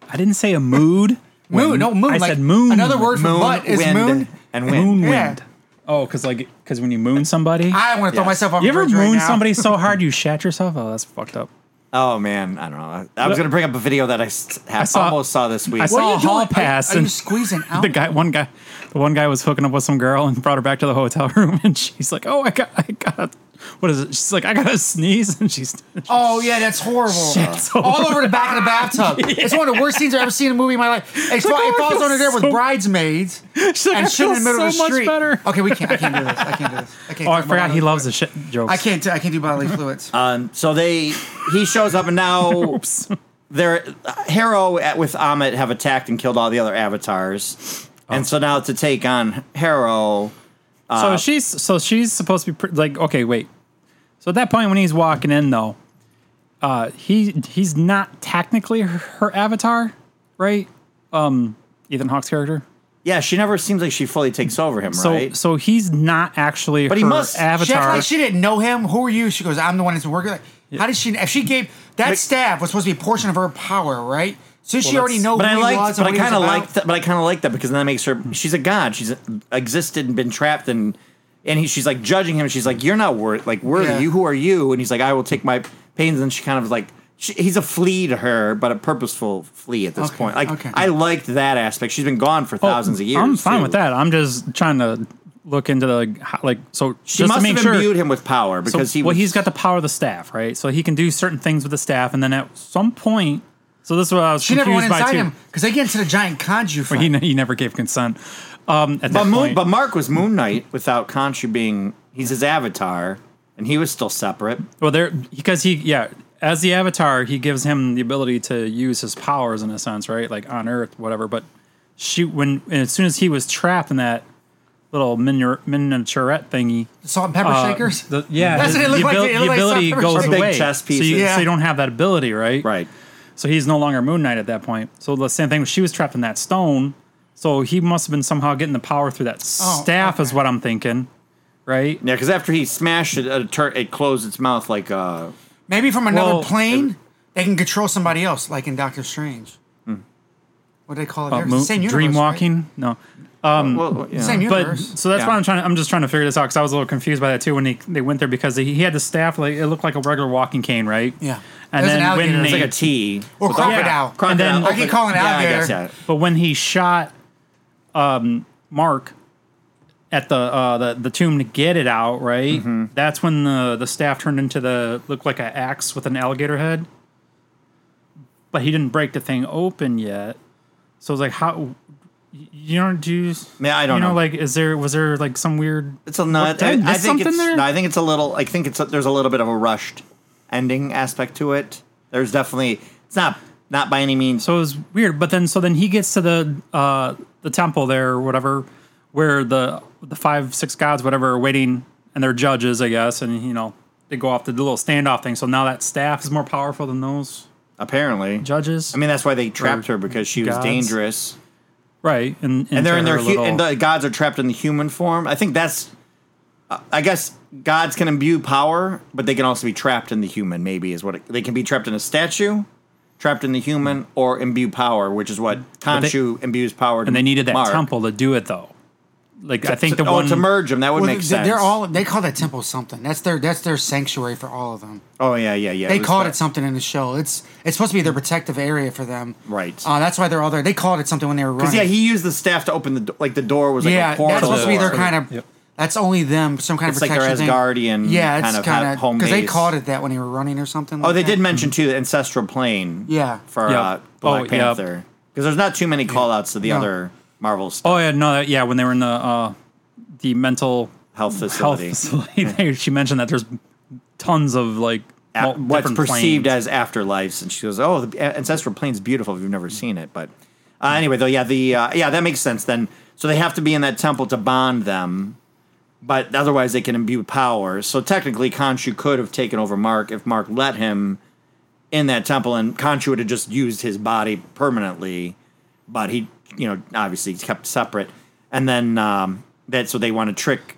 Speaker 2: I didn't say a mood.
Speaker 3: Moon, no moon.
Speaker 2: I
Speaker 3: like
Speaker 2: said moon.
Speaker 3: Another word for
Speaker 1: moon,
Speaker 3: butt is
Speaker 1: wind,
Speaker 3: moon.
Speaker 1: and wind.
Speaker 2: Moon
Speaker 3: Yeah.
Speaker 2: wind. Oh, because like because when you moon somebody,
Speaker 3: I want to throw
Speaker 1: Yeah.
Speaker 3: myself off.
Speaker 2: you
Speaker 3: a
Speaker 2: ever
Speaker 3: bridge right
Speaker 2: moon
Speaker 3: now.
Speaker 2: somebody so hard you shat yourself? Oh, that's fucked up.
Speaker 1: Oh man, I don't know. I was gonna bring up a video that I, s- ha-
Speaker 2: saw-
Speaker 1: almost saw this week.
Speaker 2: I
Speaker 3: What
Speaker 2: saw-
Speaker 3: are you
Speaker 2: a hall
Speaker 3: doing? Are-
Speaker 2: pass
Speaker 3: Are, you
Speaker 2: and-
Speaker 3: squeezing out?
Speaker 2: The guy, one guy, the one guy was hooking up with some girl and brought her back to the hotel room, and she's like, "Oh, I got, I got, what is it?" She's like, "I got to sneeze," and she's
Speaker 3: Oh yeah, that's horrible.
Speaker 2: Shit's
Speaker 3: All over the back of the bathtub. It's one of the worst scenes I've ever seen in a movie in my life. It, fall-
Speaker 2: "Oh,
Speaker 3: it
Speaker 2: I
Speaker 3: falls
Speaker 2: feel
Speaker 3: under there
Speaker 2: so-
Speaker 3: with bridesmaids
Speaker 2: she's like,
Speaker 3: and
Speaker 2: "I
Speaker 3: shit
Speaker 2: feel
Speaker 3: in the middle
Speaker 2: so
Speaker 3: of the
Speaker 2: much
Speaker 3: street.
Speaker 2: better."
Speaker 3: Okay, we can't. I can't do this. I can't do this. I can't.
Speaker 2: Oh, I
Speaker 3: talk about
Speaker 2: forgot he
Speaker 3: bodily-
Speaker 2: loves the shit jokes.
Speaker 3: I can't. I can't do bodily fluids.
Speaker 1: Um, so they he shows up and now
Speaker 2: Oops.
Speaker 1: their Harrow at, with Amit have attacked and killed all the other avatars,
Speaker 2: Oh.
Speaker 1: and so now to take on Harrow, Uh,
Speaker 2: so she's so she's supposed to be pr- like okay wait so at that point when he's walking in though uh he he's not technically her, her avatar right um ethan hawke's character
Speaker 1: yeah, she never seems like she fully takes over him,
Speaker 2: so
Speaker 1: right?
Speaker 2: so he's not actually
Speaker 1: But
Speaker 2: her
Speaker 1: he must-
Speaker 3: She
Speaker 2: avatar
Speaker 3: acts like she didn't know him. Who are you? She goes, I'm the one that's working. Like, How did she? If she gave that staff was supposed to be a portion of her power, right? So she already
Speaker 2: that's-
Speaker 3: knows.
Speaker 1: but I
Speaker 3: Oh, who he
Speaker 1: liked,
Speaker 3: was
Speaker 1: but I
Speaker 3: and what he was
Speaker 1: kind of
Speaker 3: about.
Speaker 1: liked that. But I kind of like that because then that makes her she's a god. She's existed and been trapped and and he, she's like judging him. She's like, you're not worth like worthy.
Speaker 3: Yeah.
Speaker 1: You who are you? And he's like, I will take my pains. And she kind of like she, he's a flea to her, but a purposeful flea at this
Speaker 3: Okay,
Speaker 1: point. Like
Speaker 3: okay.
Speaker 1: I liked that aspect. She's been gone for
Speaker 2: Oh,
Speaker 1: thousands of years.
Speaker 2: i'm fine with
Speaker 1: too.
Speaker 2: that i'm just trying to look into the like, how- like so
Speaker 1: She
Speaker 2: just to
Speaker 1: must
Speaker 2: make
Speaker 1: have
Speaker 2: sure
Speaker 1: imbued him with power
Speaker 2: so,
Speaker 1: because he
Speaker 2: well
Speaker 1: was,
Speaker 2: he's got the power of the staff right so he can do certain things with the staff and then at some point so this is what i was
Speaker 3: She never
Speaker 2: confused
Speaker 3: went
Speaker 2: by
Speaker 3: inside
Speaker 2: too
Speaker 3: him because they get into the giant kanju fight.
Speaker 2: He, he never gave consent um at
Speaker 1: But
Speaker 2: that
Speaker 1: Moon,
Speaker 2: point
Speaker 1: but Mark was Moon Knight without Khonshu being he's his avatar, and he was still separate.
Speaker 2: Well, there because he yeah, as the avatar, he gives him the ability to use his powers in a sense, right? Like on Earth, whatever. But she when and as soon as he was trapped in that little miniature miniaturette thingy,
Speaker 3: Salt and pepper
Speaker 2: uh,
Speaker 3: shakers.
Speaker 2: the- yeah,
Speaker 3: That's
Speaker 2: the,
Speaker 3: what it looked
Speaker 2: the
Speaker 3: like.
Speaker 2: abil-
Speaker 3: It looked
Speaker 2: the
Speaker 3: like
Speaker 2: ability
Speaker 3: some
Speaker 2: goes
Speaker 1: Or big
Speaker 2: away.
Speaker 1: chess
Speaker 2: So you,
Speaker 1: pieces.
Speaker 2: so you
Speaker 3: Yeah.
Speaker 2: don't have that ability, right?
Speaker 1: Right.
Speaker 2: So he's no longer Moon Knight at that point. So the same thing. She was trapped in that stone. So he must have been somehow getting the power through that
Speaker 3: Oh,
Speaker 2: staff, is
Speaker 3: okay.
Speaker 2: what I'm thinking, right?
Speaker 1: Yeah, because after he smashed it, a tur- it closed its mouth like uh,
Speaker 3: Maybe from another
Speaker 2: Well,
Speaker 3: plane, they can control somebody else, like in Doctor Strange.
Speaker 2: Hmm.
Speaker 3: What do they call it?
Speaker 2: Uh,
Speaker 3: there?
Speaker 2: moon,
Speaker 3: Same universe.
Speaker 2: dream
Speaker 3: right?
Speaker 2: walking? No.
Speaker 1: well, you know.
Speaker 3: Same
Speaker 2: but
Speaker 3: universe.
Speaker 2: so that's
Speaker 1: Yeah.
Speaker 2: why I'm trying. I'm just trying to figure this out because I was a little confused by that too when he they went there because he, he had the staff like it looked like a regular walking cane, right?
Speaker 3: Yeah.
Speaker 2: And
Speaker 3: It was an
Speaker 2: then
Speaker 3: alligator.
Speaker 2: when
Speaker 3: It was
Speaker 1: It's
Speaker 2: they,
Speaker 1: like a T
Speaker 3: Or
Speaker 1: With all-
Speaker 3: crocodile.
Speaker 2: Yeah. And then-
Speaker 1: crocodile. Oh,
Speaker 2: I
Speaker 3: keep calling it
Speaker 1: yeah,
Speaker 3: out
Speaker 1: I
Speaker 3: there.
Speaker 1: guess, yeah.
Speaker 2: but when he shot, um, Mark at the uh the, the tomb to get it out, right?
Speaker 1: Mm-hmm.
Speaker 2: That's when the the staff turned into the looked like an axe with an alligator head, but he didn't break the thing open yet. So it's like how. You don't do,
Speaker 1: Yeah, I don't
Speaker 2: you know,
Speaker 1: know.
Speaker 2: Like, is there was there like some weird?
Speaker 1: It's a nut.
Speaker 2: Did I
Speaker 1: I,
Speaker 2: miss
Speaker 1: I think
Speaker 2: something
Speaker 1: it's.
Speaker 2: there?
Speaker 1: no, I think it's a little. I think it's. A, there's a little bit of a rushed ending aspect to it. There's definitely. It's not. Not by any means.
Speaker 2: So it was weird. But then, so then he gets to the uh, the temple there or whatever, where the the five six gods whatever are waiting and they're judges, I guess, and you know they go off the little standoff thing. So now that staff is more powerful than those
Speaker 1: apparently,
Speaker 2: judges.
Speaker 1: I mean that's why they trapped her because she was
Speaker 2: gods.
Speaker 1: dangerous.
Speaker 2: right? And
Speaker 1: and they're in their
Speaker 2: her
Speaker 1: hu-
Speaker 2: little,
Speaker 1: and the gods are trapped in the human form. I think that's. I- I guess gods can imbue power, but they can also be trapped in the human. Maybe is what it, they can be trapped in a statue, trapped in the human, or imbue power, which is what
Speaker 2: they-
Speaker 1: Khonshu imbues power.
Speaker 2: and they needed that
Speaker 1: Mark.
Speaker 2: temple to do it though. Like I think
Speaker 1: to,
Speaker 2: the
Speaker 1: oh,
Speaker 2: one
Speaker 1: to merge them that would
Speaker 3: Well,
Speaker 1: make
Speaker 3: they-
Speaker 1: sense.
Speaker 3: They're all. They call that temple something. That's their. That's their sanctuary for all of them.
Speaker 1: Oh yeah, yeah, yeah.
Speaker 3: They
Speaker 1: was
Speaker 3: called
Speaker 1: that-
Speaker 3: it something in the show. It's it's supposed to be their protective area for them.
Speaker 1: Right.
Speaker 3: Uh, that's why they're all there. They called it something when they were running.
Speaker 1: Yeah, he used the staff to open the do- like the door was like
Speaker 3: yeah,
Speaker 1: a portal.
Speaker 3: that's supposed to be their
Speaker 1: or-
Speaker 3: kind of.
Speaker 2: Yep.
Speaker 3: That's only them. Some kind
Speaker 1: It's
Speaker 3: of
Speaker 1: like
Speaker 3: protection
Speaker 1: their
Speaker 3: thing.
Speaker 1: Asgardian
Speaker 3: Yeah,
Speaker 1: Mm-hmm. kind
Speaker 3: it's
Speaker 1: of ha-
Speaker 3: kind of
Speaker 1: home
Speaker 3: because they
Speaker 1: base.
Speaker 3: called it that when they were running or something.
Speaker 1: Oh,
Speaker 3: like
Speaker 1: they
Speaker 3: that.
Speaker 1: did mention too the ancestral plane.
Speaker 3: Yeah.
Speaker 1: for
Speaker 2: Yeah.
Speaker 1: uh, Black
Speaker 2: Oh, yeah.
Speaker 1: Panther because there's not too many call outs to the
Speaker 3: No.
Speaker 1: other Marvel stuff.
Speaker 2: Oh yeah, no, that, yeah. When they were in the uh, the mental
Speaker 1: Health
Speaker 2: health
Speaker 1: facility.
Speaker 2: facility, there, she mentioned that there's tons of like
Speaker 1: A-
Speaker 2: mul-
Speaker 1: what's
Speaker 2: different
Speaker 1: perceived
Speaker 2: planes.
Speaker 1: as afterlives, and she goes, "Oh, the a- ancestral plane's beautiful if you've never seen it." But uh, anyway, though, yeah, the uh, yeah that makes sense. Then so they have to be in that temple to bond them, but otherwise they can imbue power. So technically, Khonshu could have taken over Mark if Mark let him in that temple, and Khonshu would have just used his body permanently. But he, you know, obviously he's kept separate, and then um, that so they want to trick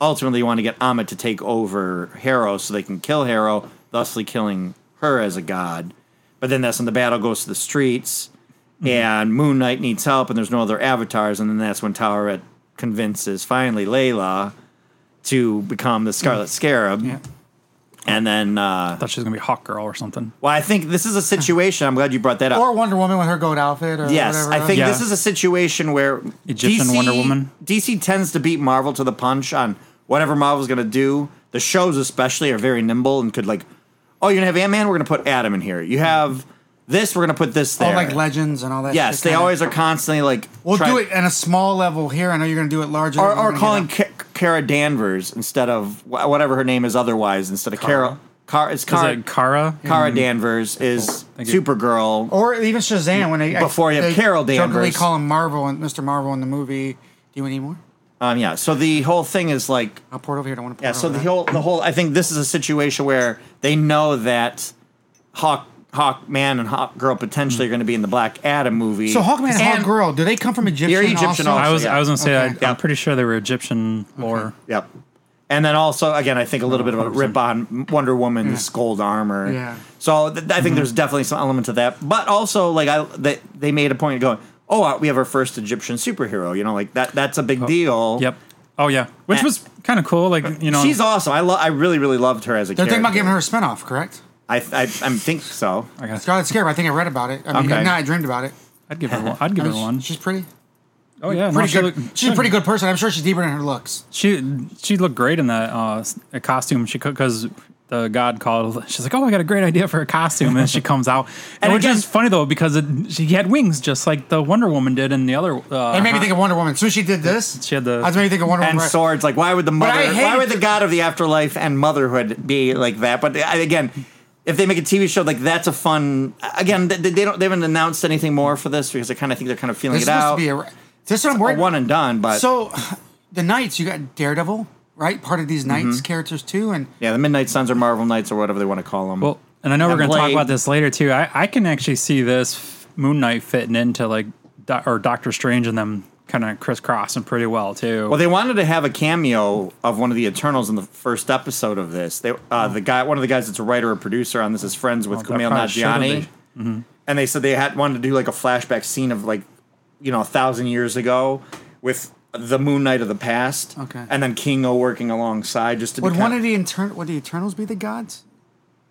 Speaker 1: ultimately want to get Amit to take over Harrow so they can kill Harrow, thusly killing her as a god. But then that's when the battle goes to the streets,
Speaker 3: Mm-hmm.
Speaker 1: and Moon Knight needs help, and there's no other avatars, and then that's when Towerette convinces finally Layla to become the Scarlet Scarab,
Speaker 3: Mm. Yeah.
Speaker 1: and then uh,
Speaker 2: thought she was gonna be Hawk Girl or something.
Speaker 1: well, I think this is a situation. I'm glad you brought that up.
Speaker 3: Or Wonder Woman with her goat outfit. Or
Speaker 1: Yes,
Speaker 3: whatever.
Speaker 1: I think
Speaker 2: Yeah.
Speaker 1: this is a situation where
Speaker 2: Egyptian
Speaker 1: DC
Speaker 2: Wonder Woman.
Speaker 1: DC tends to beat Marvel to the punch on whatever Marvel's going to do. The shows, especially, are very nimble and could like, oh, you're gonna have Ant Man, we're gonna put Adam in here. You have this, we're gonna put this
Speaker 3: All
Speaker 1: there.
Speaker 3: Oh, like legends and all that.
Speaker 1: yes,
Speaker 3: shit
Speaker 1: they
Speaker 3: kinda-
Speaker 1: always are constantly like.
Speaker 3: We'll
Speaker 1: try-
Speaker 3: do it Mm-hmm. on a small level here. I know you're going to do it larger.
Speaker 1: Or,
Speaker 3: We're
Speaker 1: or
Speaker 3: gonna
Speaker 1: calling
Speaker 3: get
Speaker 1: Ca- Kara Danvers instead of wh- whatever her name is otherwise instead of Kara. Kara it's
Speaker 2: Is
Speaker 1: Kara.
Speaker 2: it Kara?
Speaker 1: Kara Danvers is
Speaker 2: Thank you.
Speaker 1: Supergirl.
Speaker 3: a- or even Shazam when they
Speaker 1: Before you have
Speaker 3: they
Speaker 1: Carol
Speaker 3: jokingly
Speaker 1: Danvers.
Speaker 3: call him Marvel and Mr. Marvel in the movie. Do you need more?
Speaker 1: Um, yeah. So the whole thing is like
Speaker 3: I'll pour it over here. I don't want to. Pour
Speaker 1: Yeah,
Speaker 3: it
Speaker 1: so
Speaker 3: over
Speaker 1: the
Speaker 3: there.
Speaker 1: whole the whole I think this is a situation where they know that Hawk Hawk Man and Hawk Girl potentially are going to be in the Black Adam movie.
Speaker 3: So Hawkman and Hawk Girl, do they come from Egyptian?
Speaker 1: They're Egyptian
Speaker 3: also?
Speaker 1: also.
Speaker 2: I was
Speaker 1: yeah.
Speaker 2: I was gonna say
Speaker 3: Okay.
Speaker 2: I, I'm pretty sure they were Egyptian lore.
Speaker 1: Yep. And then also again, I think a little bit of a rip on Wonder Woman's gold armor.
Speaker 3: Oh, Yeah. Mm-hmm.
Speaker 1: So th- I think there's definitely some element to that, but also like I they, they made a point of going, oh, uh, we have our first Egyptian superhero. You know, like that that's a big deal.
Speaker 2: Yep. Oh yeah, which
Speaker 1: Eh.
Speaker 2: was kind of cool. Like you know,
Speaker 1: She's awesome. I lo- I really really loved her as a
Speaker 3: They're
Speaker 1: character.
Speaker 3: thinking about giving her a spinoff, correct?
Speaker 1: I I, I think so.
Speaker 2: I guess
Speaker 3: Scarlet Scarab. I think I read about it. I mean,
Speaker 1: Okay.
Speaker 3: no, I dreamed about it.
Speaker 2: I'd give her one. I'd give
Speaker 3: I
Speaker 2: her
Speaker 3: mean,
Speaker 2: one.
Speaker 3: She's pretty.
Speaker 2: Oh yeah, no,
Speaker 3: Pretty
Speaker 2: she
Speaker 3: good.
Speaker 2: looked-
Speaker 3: She's a pretty good person. I'm sure she's deeper than her looks.
Speaker 2: She she looked great in that uh, s- costume. She because the god called. She's like, oh, I got a great idea for a costume, and she comes out. and
Speaker 1: And
Speaker 2: which
Speaker 1: again-
Speaker 2: is funny though because it, she had wings just like the Wonder Woman did in the other. Uh,
Speaker 3: It
Speaker 1: Uh-huh.
Speaker 3: made me think of Wonder Woman. As soon as she did this,
Speaker 2: She had the-
Speaker 3: I was made me think of Wonder
Speaker 1: and
Speaker 3: Woman. right-
Speaker 1: swords. Like, why would the
Speaker 3: I
Speaker 1: mother? Why
Speaker 3: hate-
Speaker 1: would the god of the afterlife and motherhood be like that? But I, again, if they make a TV show, like that's a fun. Again, they, they don't. They haven't announced anything more for this because I kind of think they're kind of feeling
Speaker 3: This is
Speaker 1: it
Speaker 3: supposed
Speaker 1: out.
Speaker 3: to be a. re- This is what I'm
Speaker 1: a
Speaker 3: worried.
Speaker 1: one and done, but
Speaker 3: So, the Knights, you got Daredevil, right? Part of these
Speaker 1: Mm-hmm.
Speaker 3: Knights characters too, and
Speaker 1: yeah, the Midnight Suns or Marvel Knights or whatever they want to call them.
Speaker 2: Well, and I know we're
Speaker 1: And
Speaker 2: going to talk
Speaker 1: Blade.
Speaker 2: about this later too. I, I can actually see this f- Moon Knight fitting into like Do- or Doctor Strange and them kind of crisscrossing pretty well too.
Speaker 1: Well, they wanted to have a cameo of one of the Eternals in the first episode of this. They, uh,
Speaker 3: Oh.
Speaker 1: the guy, one of the guys that's a writer or producer on this is friends with
Speaker 2: Oh, that
Speaker 1: Kumail
Speaker 2: probably should've
Speaker 1: Nanjiani,
Speaker 3: Mm-hmm.
Speaker 1: and they said they had wanted to do like a flashback scene of like, you know, a thousand years ago with the Moon Knight of the past,
Speaker 3: Okay.
Speaker 1: and then Kingo working alongside just to
Speaker 3: would
Speaker 1: be.
Speaker 3: one
Speaker 1: Kind
Speaker 3: of the intern would the Eternals be the gods?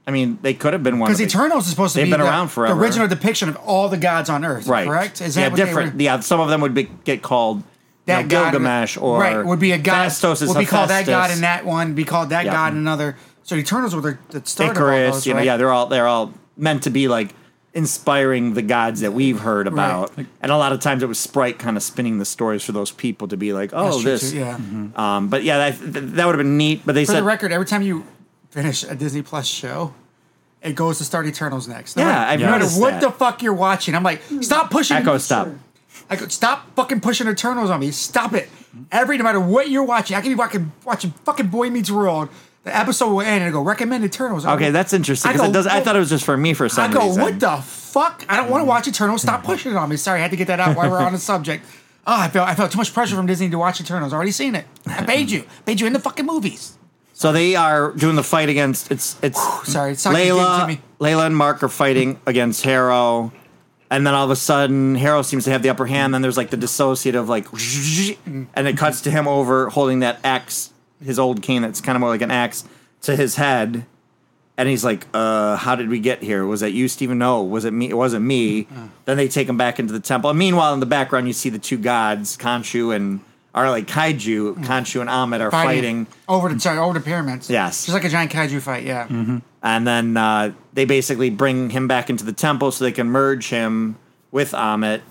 Speaker 1: I mean, they could have been one
Speaker 3: Because
Speaker 1: of the-
Speaker 3: Eternals is supposed to
Speaker 1: They've
Speaker 3: be
Speaker 1: been
Speaker 3: the,
Speaker 1: around
Speaker 3: the
Speaker 1: forever.
Speaker 3: original depiction of all the gods on Earth,
Speaker 1: right?
Speaker 3: Correct? Is
Speaker 1: yeah,
Speaker 3: that what they
Speaker 1: different?
Speaker 3: were-
Speaker 1: Yeah, some of them would be, get called. you know,
Speaker 3: that god
Speaker 1: Gilgamesh or
Speaker 3: right would be a god?
Speaker 1: Fastos is
Speaker 3: would be called that god
Speaker 1: Hephaestus.
Speaker 3: in that one. Be called that
Speaker 1: Yeah.
Speaker 3: god in another. So Eternals were the, the start of all
Speaker 1: Icarus,
Speaker 3: those,
Speaker 1: you know,
Speaker 3: right?
Speaker 1: yeah, they're all they're all meant to be like inspiring the gods that we've heard about. And a lot of times it was Sprite kind of spinning the stories for those people to be like,
Speaker 3: That's
Speaker 1: oh,
Speaker 3: true,
Speaker 1: this.
Speaker 3: too, yeah.
Speaker 1: Um, but yeah, that, that would have been neat. But they
Speaker 3: For
Speaker 1: said,
Speaker 3: the record, every time you finish a Disney Plus show, it goes to start Eternals next.
Speaker 1: Yeah, I've
Speaker 3: no matter
Speaker 1: noticed
Speaker 3: what
Speaker 1: that.
Speaker 3: the fuck you're watching, I'm like, stop pushing.
Speaker 1: Echo, stop.
Speaker 3: I go, stop fucking pushing Eternals on me. Stop it. Every no matter what you're watching, I can be watching watching fucking Boy Meets World. The episode will end and I go recommend Eternals. I go,
Speaker 1: Okay, that's interesting
Speaker 3: I go,
Speaker 1: because it does. I
Speaker 3: "Whoa."
Speaker 1: thought it was just for me for some
Speaker 3: I go,
Speaker 1: reason.
Speaker 3: what the fuck? I don't
Speaker 1: Mm.
Speaker 3: want to watch Eternals.
Speaker 1: Mm-hmm.
Speaker 3: Stop pushing it on me. Sorry, I had to get that out while we're on the subject. Oh, I felt I felt too much pressure from Disney to watch Eternals. I already seen it. I paid you. Paid you in the fucking movies.
Speaker 1: So they are doing the fight against it's it's
Speaker 3: Sorry, it's not getting to
Speaker 1: Layla.
Speaker 3: me.
Speaker 1: Layla and Mark are fighting against Harrow, and then all of a sudden Harrow seems to have the upper hand. Then there's like the dissociative like, and it cuts to him over holding that axe, his old cane that's kind of more like an axe to his head, and he's like, "Uh, how did we get here? Was that you, Stephen? No, was it me? It wasn't me."
Speaker 3: Uh.
Speaker 1: Then they take him back into the temple. And meanwhile, in the background, you see the two gods, Khonshu and are like kaiju.
Speaker 3: Mm.
Speaker 1: Khonshu and Ahmed are fighting.
Speaker 3: over the sorry over the pyramids.
Speaker 1: Yes. Mm-hmm.
Speaker 3: just like a giant kaiju fight. Yeah,
Speaker 1: and then uh, they basically bring him back into the temple so they can merge him with Amit.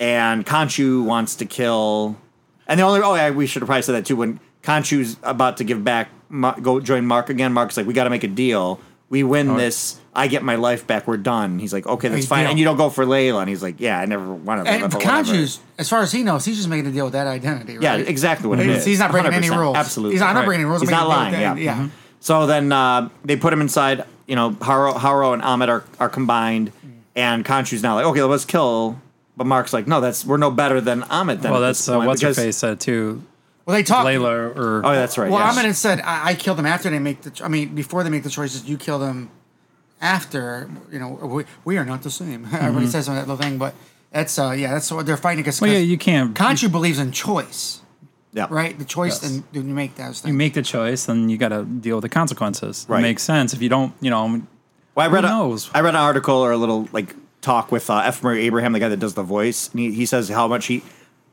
Speaker 1: And Kanchu wants to kill, and the only oh yeah, we should have probably said that too. When Kanchu's about to give back, Ma- go join Mark again. Mark's like, we got to make a deal. We win
Speaker 3: Oh.
Speaker 1: this, I get my life back. We're done. He's like, okay, that's
Speaker 3: Big
Speaker 1: fine.
Speaker 3: deal.
Speaker 1: And you don't go for Layla. And he's like, yeah, I never wanted.
Speaker 3: and
Speaker 1: Layla, but whatever."
Speaker 3: Kanju's, as far as he knows, he's just making a deal with that identity. Right?
Speaker 1: Yeah, exactly what it
Speaker 3: He's,
Speaker 1: is.
Speaker 3: he's not breaking any
Speaker 1: 100%.
Speaker 3: rules.
Speaker 1: Absolutely,
Speaker 3: he's not, I'm
Speaker 2: Right.
Speaker 3: not breaking any rules. I'm
Speaker 1: He's not lying.
Speaker 3: making
Speaker 1: Yeah.
Speaker 3: a deal with that. yeah.
Speaker 1: Mhm. So then uh, they put him inside. You know, Haro, Haro and Ahmed are, are combined, and Kanchu's now like, okay, let's kill. But Mark's like, no, that's we're no better than Ahmed. Then
Speaker 2: well,
Speaker 1: at
Speaker 2: that's
Speaker 1: this
Speaker 2: uh,
Speaker 1: point
Speaker 2: what's her
Speaker 1: because-
Speaker 2: face uh, too.
Speaker 3: Well, they talk.
Speaker 2: Layla or
Speaker 1: Oh, that's right.
Speaker 3: Well,
Speaker 1: yes.
Speaker 3: I'm gonna said I, I kill them after they make the. Cho- I mean, before they make the choices, you kill them. After you know, we, we are not the same.
Speaker 1: Mm-hmm.
Speaker 3: Everybody says that little thing, but that's uh yeah, that's what they're fighting against.
Speaker 2: Well, yeah, you can't.
Speaker 3: Conchu believes in choice,
Speaker 1: yeah.
Speaker 3: right? The choice
Speaker 2: Yes.
Speaker 3: and you make those
Speaker 2: you
Speaker 3: things.
Speaker 2: make the choice, then you got to deal with the consequences.
Speaker 1: Right.
Speaker 2: It makes sense. If you don't, you know,
Speaker 1: Well, I read
Speaker 2: Who
Speaker 1: a-
Speaker 2: knows?
Speaker 1: I read an article or a little like talk with uh, F. Murray Abraham, the guy that does the voice. And he, he says how much he,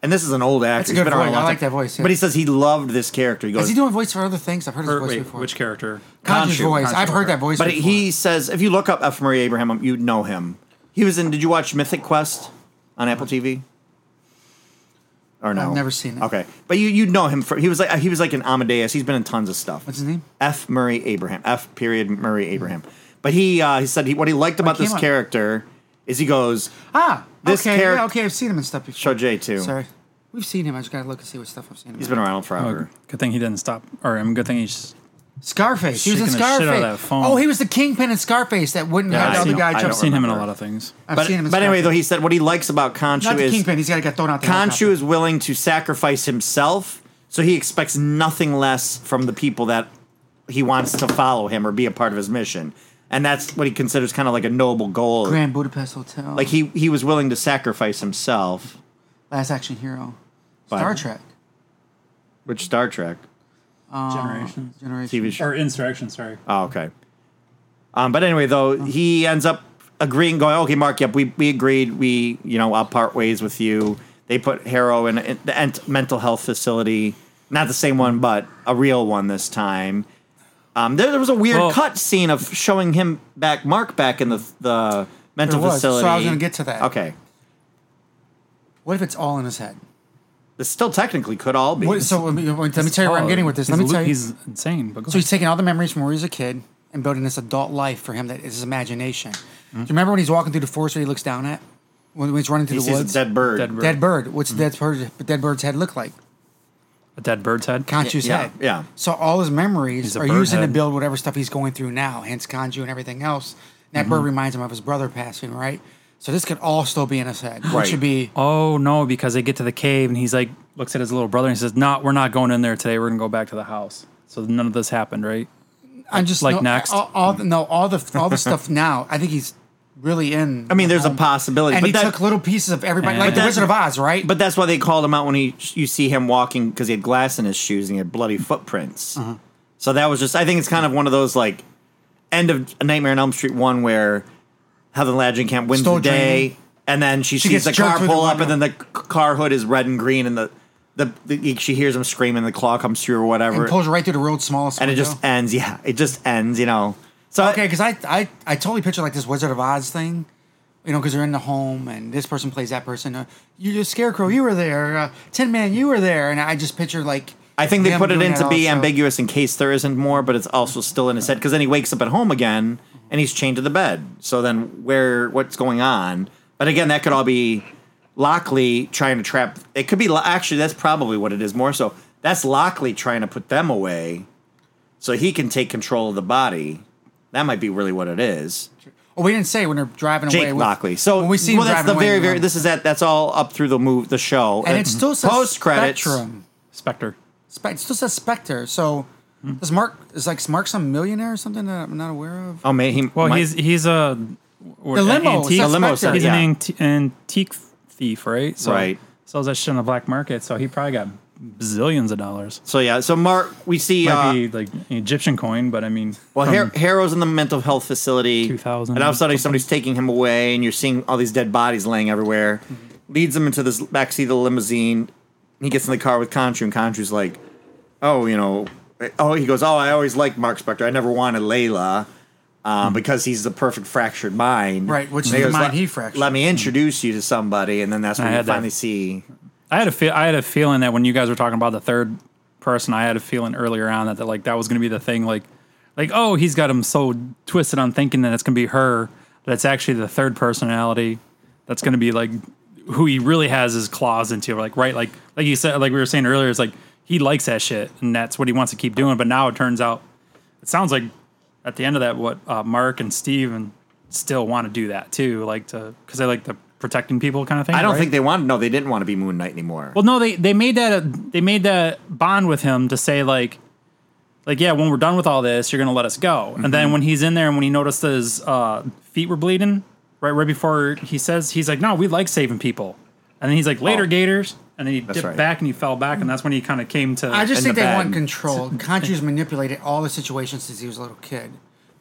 Speaker 1: and this is an old actor.
Speaker 3: a
Speaker 1: he's
Speaker 3: good
Speaker 1: been around
Speaker 3: voice.
Speaker 1: a long
Speaker 3: I like
Speaker 1: time.
Speaker 3: that voice, yeah.
Speaker 1: But he says he loved this character. He goes,
Speaker 3: Is he doing voice for other things? I've heard his
Speaker 2: or,
Speaker 3: voice
Speaker 2: wait,
Speaker 3: before.
Speaker 2: which character?
Speaker 3: Conchu's
Speaker 1: Conchu,
Speaker 3: voice.
Speaker 2: Conchu,
Speaker 3: I've heard
Speaker 2: okay.
Speaker 3: that voice.
Speaker 1: but
Speaker 3: before.
Speaker 1: he says if you look up F. Murray Abraham, you'd know him. He was in. Did you watch Mythic Quest on Apple TV? Or no?
Speaker 3: I've never seen it.
Speaker 1: Okay, but you you would know him for he was like he was like an Amadeus. He's been in tons of stuff.
Speaker 3: What's his name?
Speaker 1: F. Murray Abraham. F. Period Murray Abraham. But he uh, he said he, what he liked about
Speaker 3: came
Speaker 1: this
Speaker 3: up-
Speaker 1: character is he goes
Speaker 3: ah
Speaker 1: this
Speaker 3: okay
Speaker 1: character-
Speaker 3: yeah, okay I've seen him in stuff before.
Speaker 1: show J too.
Speaker 3: Sorry, we've seen him. I just gotta look and see what stuff I've seen. Him
Speaker 1: He's
Speaker 3: in.
Speaker 1: been around
Speaker 2: Oh,
Speaker 1: forever.
Speaker 2: good thing he didn't stop. Or I mean, good thing he's.
Speaker 3: Scarface. He was in
Speaker 2: Shaking the shit out of
Speaker 3: Scarface.
Speaker 2: that phone.
Speaker 3: Oh, he was the kingpin in Scarface that wouldn't
Speaker 1: Yeah,
Speaker 3: have
Speaker 1: I
Speaker 3: the other
Speaker 1: know.
Speaker 3: guy
Speaker 1: I
Speaker 3: jump.
Speaker 1: don't
Speaker 2: I've seen him in a
Speaker 1: remember.
Speaker 2: lot of things.
Speaker 3: I've
Speaker 1: But,
Speaker 3: seen him. In
Speaker 1: but anyway,
Speaker 3: Scarface.
Speaker 1: though he said what he likes about Conchu
Speaker 3: not the
Speaker 1: is
Speaker 3: kingpin. He's got to get thrown out. the
Speaker 1: Conchu
Speaker 3: helicopter.
Speaker 1: is willing to sacrifice himself, so he expects nothing less from the people that he wants to follow him or be a part of his mission, and that's what he considers kind of like a noble goal.
Speaker 3: Grand Budapest Hotel.
Speaker 1: Like he he was willing to sacrifice himself.
Speaker 3: Last Action Hero.
Speaker 1: But-
Speaker 3: Star Trek.
Speaker 1: Which Star Trek
Speaker 2: Generations.
Speaker 3: Generation.
Speaker 1: TV show?
Speaker 2: Um, Or Insurrection, sorry.
Speaker 1: Oh, okay. Um, but anyway, though he ends up agreeing, going, "Okay, Mark, yep, we, we agreed. We, you know, I'll part ways with you." They put Harrow in, in the ent- mental health facility, not the same one, but a real one this time. Um, there, there was a weird
Speaker 2: Well-
Speaker 1: cut scene of showing him back, Mark back in the the mental
Speaker 3: There was, so I was
Speaker 1: facility.
Speaker 3: gonna get to that.
Speaker 1: Okay,
Speaker 3: What if it's all in his head?
Speaker 1: this still technically could all be.
Speaker 3: What, so let me, let me tell you where I'm
Speaker 2: Oh,
Speaker 3: getting with this.
Speaker 2: he's
Speaker 3: Let me
Speaker 2: lu-
Speaker 3: tell you.
Speaker 2: He's insane. But go
Speaker 3: So
Speaker 2: ahead.
Speaker 3: he's taking all the memories from where he's a kid and building this adult life for him that is his imagination. Do you remember when he's walking through the forest that he looks down at? When, when he's running through
Speaker 1: he
Speaker 3: the
Speaker 1: sees
Speaker 3: woods?
Speaker 1: a dead bird. Mm-hmm.
Speaker 2: Dead bird.
Speaker 3: Dead bird. What's dead bird? Dead bird's head look like?
Speaker 2: a dead bird's head.
Speaker 3: Conchu's
Speaker 1: Yeah,
Speaker 3: head.
Speaker 1: yeah.
Speaker 3: So all his memories
Speaker 2: He's a
Speaker 3: are
Speaker 2: bird
Speaker 3: used to
Speaker 2: head.
Speaker 3: build whatever stuff he's going through now, hence Conchu and everything else. And that
Speaker 1: Mm-hmm.
Speaker 3: bird reminds him of his brother passing, right? So this could all still be in his head. Which
Speaker 1: Right.
Speaker 3: should be
Speaker 2: Oh no, because they get to the cave and he's like looks at his little brother and he says, "No, we're not going in there today. We're gonna go back to the house." So none of this happened, right?
Speaker 3: I'm just
Speaker 2: Like
Speaker 3: no,
Speaker 2: next?
Speaker 3: All, all
Speaker 1: Mm.
Speaker 3: the, no, all the all the stuff now. I think he's really in.
Speaker 1: I mean, there's a possibility,
Speaker 3: Uh-huh. and
Speaker 1: but
Speaker 3: he
Speaker 1: that-
Speaker 3: took little pieces of everybody,
Speaker 2: Yeah.
Speaker 3: like
Speaker 2: But
Speaker 3: the
Speaker 1: that-
Speaker 3: Wizard of Oz, right?
Speaker 1: But that's why they called him out when he you see him walking because he had glass in his shoes and he had bloody footprints.
Speaker 3: Uh-huh.
Speaker 1: So that was just I think it's kind of one of those like end of A Nightmare on Elm Street one where Heather Langenkamp wins
Speaker 3: Stole
Speaker 1: the day
Speaker 3: Jamie.
Speaker 1: and then she,
Speaker 3: She
Speaker 1: sees
Speaker 3: gets
Speaker 1: the
Speaker 3: jerked
Speaker 1: car
Speaker 3: through the
Speaker 1: pull up and
Speaker 3: window.
Speaker 1: then the c- car hood is red and green and the the, the she hears him screaming the claw comes through or whatever
Speaker 3: and pulls right through the road smallest.
Speaker 1: and it
Speaker 3: window.
Speaker 1: just ends yeah it just ends you know so
Speaker 3: okay because I, I I totally picture like this Wizard of Oz thing, you know, because they're in the home and this person plays that person. Uh, you just Scarecrow, you were there. Uh, Tin Man, you were there, and I just picture like
Speaker 1: I think they
Speaker 3: them
Speaker 1: put it
Speaker 3: doing
Speaker 1: in
Speaker 3: that
Speaker 1: to be
Speaker 3: also.
Speaker 1: ambiguous in case there isn't more, but it's also still in his head because then he wakes up at home again and he's chained to the bed. So then where what's going on? But again, that could all be Lockley trying to trap. It could be Lo- actually that's probably what it is more so. That's Lockley trying to put them away so he can take control of the body. That might be really what it is.
Speaker 3: Oh, we didn't say when they're driving
Speaker 1: Jake
Speaker 3: away. with-
Speaker 1: Lockley. So
Speaker 3: when we see
Speaker 1: well,
Speaker 3: him
Speaker 1: that's the
Speaker 3: driving away,
Speaker 1: very
Speaker 3: we
Speaker 1: very.
Speaker 3: run.
Speaker 1: This is that. That's all up through the move the show
Speaker 3: and it still says
Speaker 1: post credits.
Speaker 3: Spectrum.
Speaker 2: Spectre.
Speaker 3: Spe- it still says Spectre. So
Speaker 1: Hmm.
Speaker 3: does Mark is like Mark some millionaire or something that I'm not aware of?
Speaker 1: Oh man, he
Speaker 2: Well,
Speaker 1: might-
Speaker 2: he's he's a
Speaker 3: The limo.
Speaker 2: Antique,
Speaker 3: it says
Speaker 1: a limo
Speaker 3: Spectre.
Speaker 1: says-
Speaker 2: He's
Speaker 1: yeah.
Speaker 2: an anti- antique thief, right? So,
Speaker 1: Right.
Speaker 2: Sells that shit on the black market, so he probably got zillions of dollars.
Speaker 1: So yeah, so Mark, we see.
Speaker 2: Might
Speaker 1: uh,
Speaker 2: be like an Egyptian coin, but I mean,
Speaker 1: Well,
Speaker 2: from-
Speaker 1: Har- Harrow's in the mental health facility,
Speaker 2: 2000
Speaker 1: and all of a sudden somebody's taking him away, and you're seeing all these dead bodies laying everywhere. Leads him into this backseat of the limousine. He gets in the car with Conchu, and Conchu's like, "Oh, you know, oh." He goes, "Oh, I always liked Mark Spector. I never wanted Layla." Um, because he's the perfect fractured mind,
Speaker 3: Right, which
Speaker 1: And
Speaker 3: is the
Speaker 1: goes,
Speaker 3: mind
Speaker 1: "Let-
Speaker 3: he fractured."
Speaker 1: Let me introduce you to somebody, and then that's when
Speaker 2: I
Speaker 1: you
Speaker 2: had that.
Speaker 1: finally see.
Speaker 2: I had a feel. I had a feeling that when you guys were talking about the third person, I had a feeling earlier on that, that like that was going to be the thing. Like, like oh, he's got him so twisted on thinking that it's going to be her. That's actually the third personality. That's going to be like who he really has his claws into. Like right, like like you said, like we were saying earlier, it's like he likes that shit and that's what he wants to keep doing. But now it turns out, it sounds like at the end of that, what uh, Mark and Steve and still want to do that too, like to because they like the protecting people kind of thing.
Speaker 1: I don't
Speaker 2: right?
Speaker 1: think they wanted. No, they didn't want to be Moon Knight anymore.
Speaker 2: Well, no, they they made that a, they made that bond with him to say like, like yeah, when we're done with all this, you're gonna let us go. And then when he's in there and when he noticed his uh, feet were bleeding, right right before he says he's like, no, we like saving people. And then he's like, later,
Speaker 1: Oh.
Speaker 2: Gators. And then he dipped
Speaker 1: right.
Speaker 2: back and he fell back, and that's when he kind of came to.
Speaker 3: I just
Speaker 1: in
Speaker 3: think
Speaker 1: the
Speaker 3: they
Speaker 1: bag.
Speaker 3: want control. Kanju's manipulated all the situations since he was a little kid.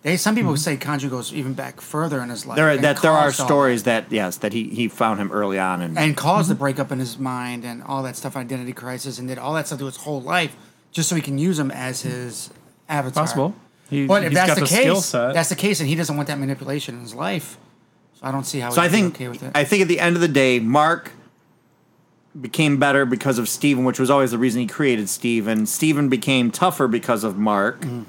Speaker 3: They some people say Kanju goes even back further in his
Speaker 1: Mm-hmm.
Speaker 3: life.
Speaker 1: there are,
Speaker 3: and
Speaker 1: that there are
Speaker 3: caused all
Speaker 1: stories Mm-hmm. that yes that he he found him early on and
Speaker 3: that- and caused the breakup in his mind and all that stuff, identity crisis, and did all that stuff through his whole life just so he can use him as
Speaker 1: Mm-hmm.
Speaker 3: his avatar.
Speaker 2: possible. He,
Speaker 3: But
Speaker 2: he's
Speaker 3: if that's
Speaker 2: got
Speaker 3: the,
Speaker 2: skill
Speaker 3: case,
Speaker 2: set.
Speaker 3: that's the case, and he doesn't want that manipulation in his life. So I don't see how.
Speaker 1: So I
Speaker 3: he'd be
Speaker 1: think
Speaker 3: okay with it.
Speaker 1: I think at the end of the day, Mark became better because of Steven, which was always the reason he created Steven. Steven became tougher because of Mark.
Speaker 3: Mm.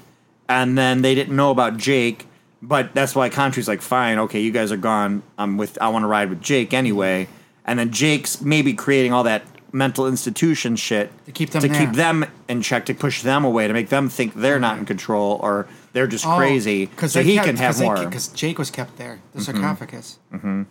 Speaker 1: And then they didn't know about Jake, but that's why Country's like, fine, okay, you guys are gone. I'm with I want to ride with Jake anyway. And then Jake's maybe creating all that mental institution shit
Speaker 3: To keep them
Speaker 1: to
Speaker 3: there. Mm.
Speaker 1: keep them in check, to push them away, to make them think they're not in control or they're just
Speaker 3: Oh,
Speaker 1: crazy. So he can have more.
Speaker 3: Because Jake was kept there, the sarcophagus. Mm-hmm.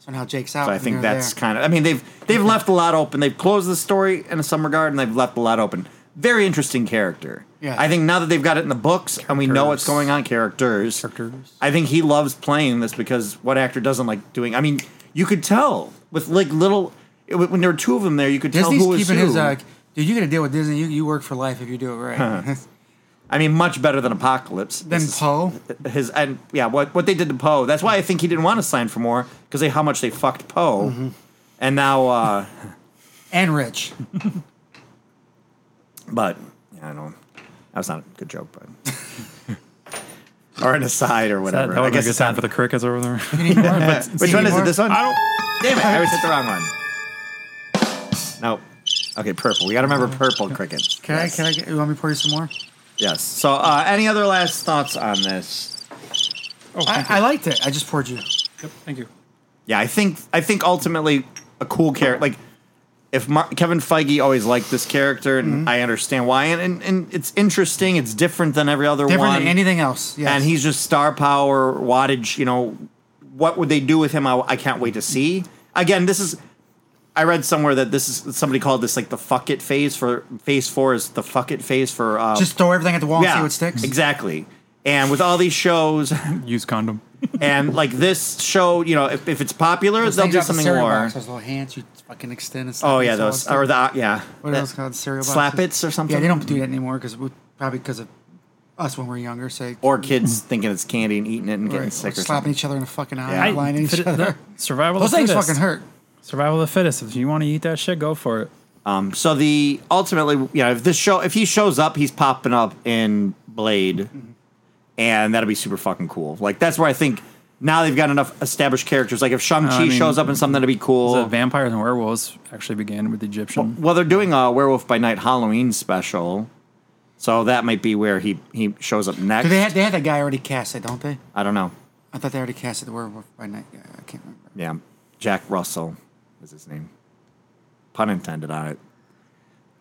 Speaker 3: So now Jake's out.
Speaker 1: So I
Speaker 3: and
Speaker 1: think
Speaker 3: they're
Speaker 1: that's
Speaker 3: there.
Speaker 1: kind of. I mean, they've they've left a lot open. They've closed the story in some regard, and they've left a lot open. Very interesting character.
Speaker 3: Yeah.
Speaker 1: I think now that they've got it in the books and we know what's
Speaker 2: Characters.
Speaker 1: going on, characters.
Speaker 2: Characters.
Speaker 1: I think he loves playing this because what actor doesn't like doing? I mean, you could tell with like little it- when there were two of them there, you could
Speaker 3: Disney's
Speaker 1: tell who was
Speaker 3: keeping
Speaker 1: who.
Speaker 3: his. Uh, dude, you got to deal with Disney. You, you work for life if you do it right.
Speaker 1: I mean, much better than Apocalypse.
Speaker 3: then
Speaker 1: This is
Speaker 3: Poe.
Speaker 1: his and yeah, what what they did to Poe. That's why I think he didn't want to sign for more because they how much they fucked Poe,
Speaker 3: Mm-hmm.
Speaker 1: and now. uh
Speaker 3: and Rich.
Speaker 1: But yeah, I don't. That was not a good joke, but or an aside or
Speaker 2: that,
Speaker 1: whatever.
Speaker 2: that would
Speaker 1: I
Speaker 2: be a
Speaker 1: guess
Speaker 2: good
Speaker 1: it's
Speaker 2: time
Speaker 1: not-
Speaker 2: for the crickets over there.
Speaker 1: Which one is it? This one?
Speaker 2: I don't.
Speaker 1: Damn it! I always hit the wrong one. Nope. Okay, purple. We got to remember purple crickets.
Speaker 3: Can
Speaker 1: Yes.
Speaker 3: I? Can I? Get, you want me to pour you some more?
Speaker 1: Yes. So, uh, any other last thoughts on this?
Speaker 2: Oh, thank you.
Speaker 3: I, I liked it. I just poured you.
Speaker 2: Yep, thank you.
Speaker 1: Yeah, I think I think ultimately a cool character. Like, if Mar- Kevin Feige always liked this character, and I understand why, and, and and it's interesting. It's different than every other
Speaker 3: Different
Speaker 1: one.
Speaker 3: than anything else. Yes.
Speaker 1: and he's just star power wattage. You know, what would they do with him? I, I can't wait to see. Again, this is. I read somewhere that this is somebody called this like the fuck it phase for phase four is the fuck it phase for uh,
Speaker 3: just throw everything at the wall and see
Speaker 1: yeah
Speaker 3: what sticks.
Speaker 1: exactly. And with all these shows
Speaker 2: Use condom.
Speaker 1: and like this show, you know, if, if it's popular,
Speaker 3: Those
Speaker 1: they'll
Speaker 3: things
Speaker 1: do
Speaker 3: out the
Speaker 1: something
Speaker 3: cereal
Speaker 1: more.
Speaker 3: box, Those little hands you fucking extend. And
Speaker 1: Oh
Speaker 3: stuff
Speaker 1: yeah,
Speaker 3: and so on
Speaker 1: those
Speaker 3: and
Speaker 1: or
Speaker 3: stuff.
Speaker 1: the uh, yeah.
Speaker 3: what are those called cereal boxes?
Speaker 1: slap its or something.
Speaker 3: Yeah, they don't do that anymore because we probably because of us when we were younger. Say
Speaker 1: Or kids thinking it's candy and eating it and getting
Speaker 3: Right,
Speaker 1: sick
Speaker 3: or
Speaker 1: or
Speaker 3: slapping
Speaker 1: something.
Speaker 3: each other in the fucking eye,
Speaker 1: Yeah.
Speaker 3: and blinding each
Speaker 2: fit-
Speaker 3: other.
Speaker 2: that- survival
Speaker 3: Those
Speaker 2: of the
Speaker 3: things
Speaker 2: fittest.
Speaker 3: fucking hurt.
Speaker 2: Survival of the fittest. If you want to eat that shit, go for it.
Speaker 1: Um, so the ultimately, you know, if this show, if he shows up, he's popping up in Blade, and that'll be super fucking cool. Like that's where I think now they've got enough established characters. Like if Shang Chi
Speaker 2: I mean,
Speaker 1: shows up in something, that'd be
Speaker 2: The
Speaker 1: cool.
Speaker 2: vampires and werewolves actually began with the Egyptian.
Speaker 1: well, they're doing a Werewolf by Night Halloween special, so that might be where he he shows up next.
Speaker 3: Do they had they had that guy already casted, don't they?
Speaker 1: I don't know.
Speaker 3: I thought they already casted the werewolf by night. Yeah, I can't remember.
Speaker 1: Yeah, Jack Russell is his name. Pun intended on it.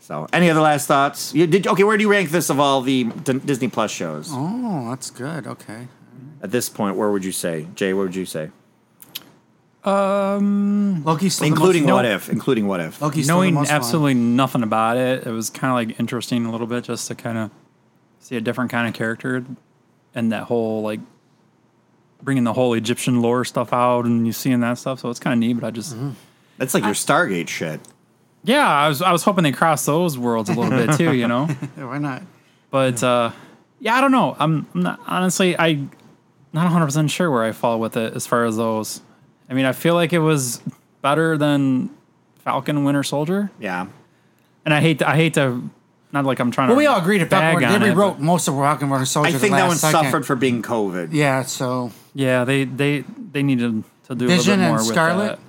Speaker 1: So, any other last thoughts? You did okay. Where do you rank this of all the D- Disney Plus shows?
Speaker 3: Oh, that's good. Okay.
Speaker 1: At this point, where would you say, Jay? What would you say,
Speaker 3: Loki's still the most
Speaker 1: including
Speaker 3: fun-
Speaker 1: what if? Including what if?
Speaker 3: Loki's still the
Speaker 2: Knowing
Speaker 3: most fun.
Speaker 2: absolutely nothing about it, it was kind of like interesting a little bit just to kind of see a different kind of character and that whole like bringing the whole Egyptian lore stuff out and you seeing that stuff. So it's kind of neat, but I just
Speaker 3: Mm-hmm.
Speaker 1: That's like your Stargate shit.
Speaker 2: yeah, I was I was hoping they crossed those worlds a little bit too, you know.
Speaker 3: Yeah, Why not?
Speaker 2: But uh, yeah, I don't know. I'm, I'm not, honestly, I not 100 percent sure where I fall with it as far as those. I mean, I feel like it was better than Falcon Winter Soldier,
Speaker 1: Yeah,
Speaker 2: and I hate to, I hate to not like I'm trying
Speaker 3: Well,
Speaker 2: to.
Speaker 3: we all agreed at Falcon.
Speaker 2: bag
Speaker 3: They
Speaker 2: on it,
Speaker 3: rewrote most of Rock and Roller Soldier.
Speaker 1: I
Speaker 3: the
Speaker 1: think that
Speaker 3: last
Speaker 1: one
Speaker 3: second.
Speaker 1: suffered for being COVID.
Speaker 3: Yeah, so
Speaker 2: but Yeah, they they they needed to do a little
Speaker 3: Vision
Speaker 2: bit
Speaker 3: and
Speaker 2: more with
Speaker 3: Scarlet?
Speaker 2: that.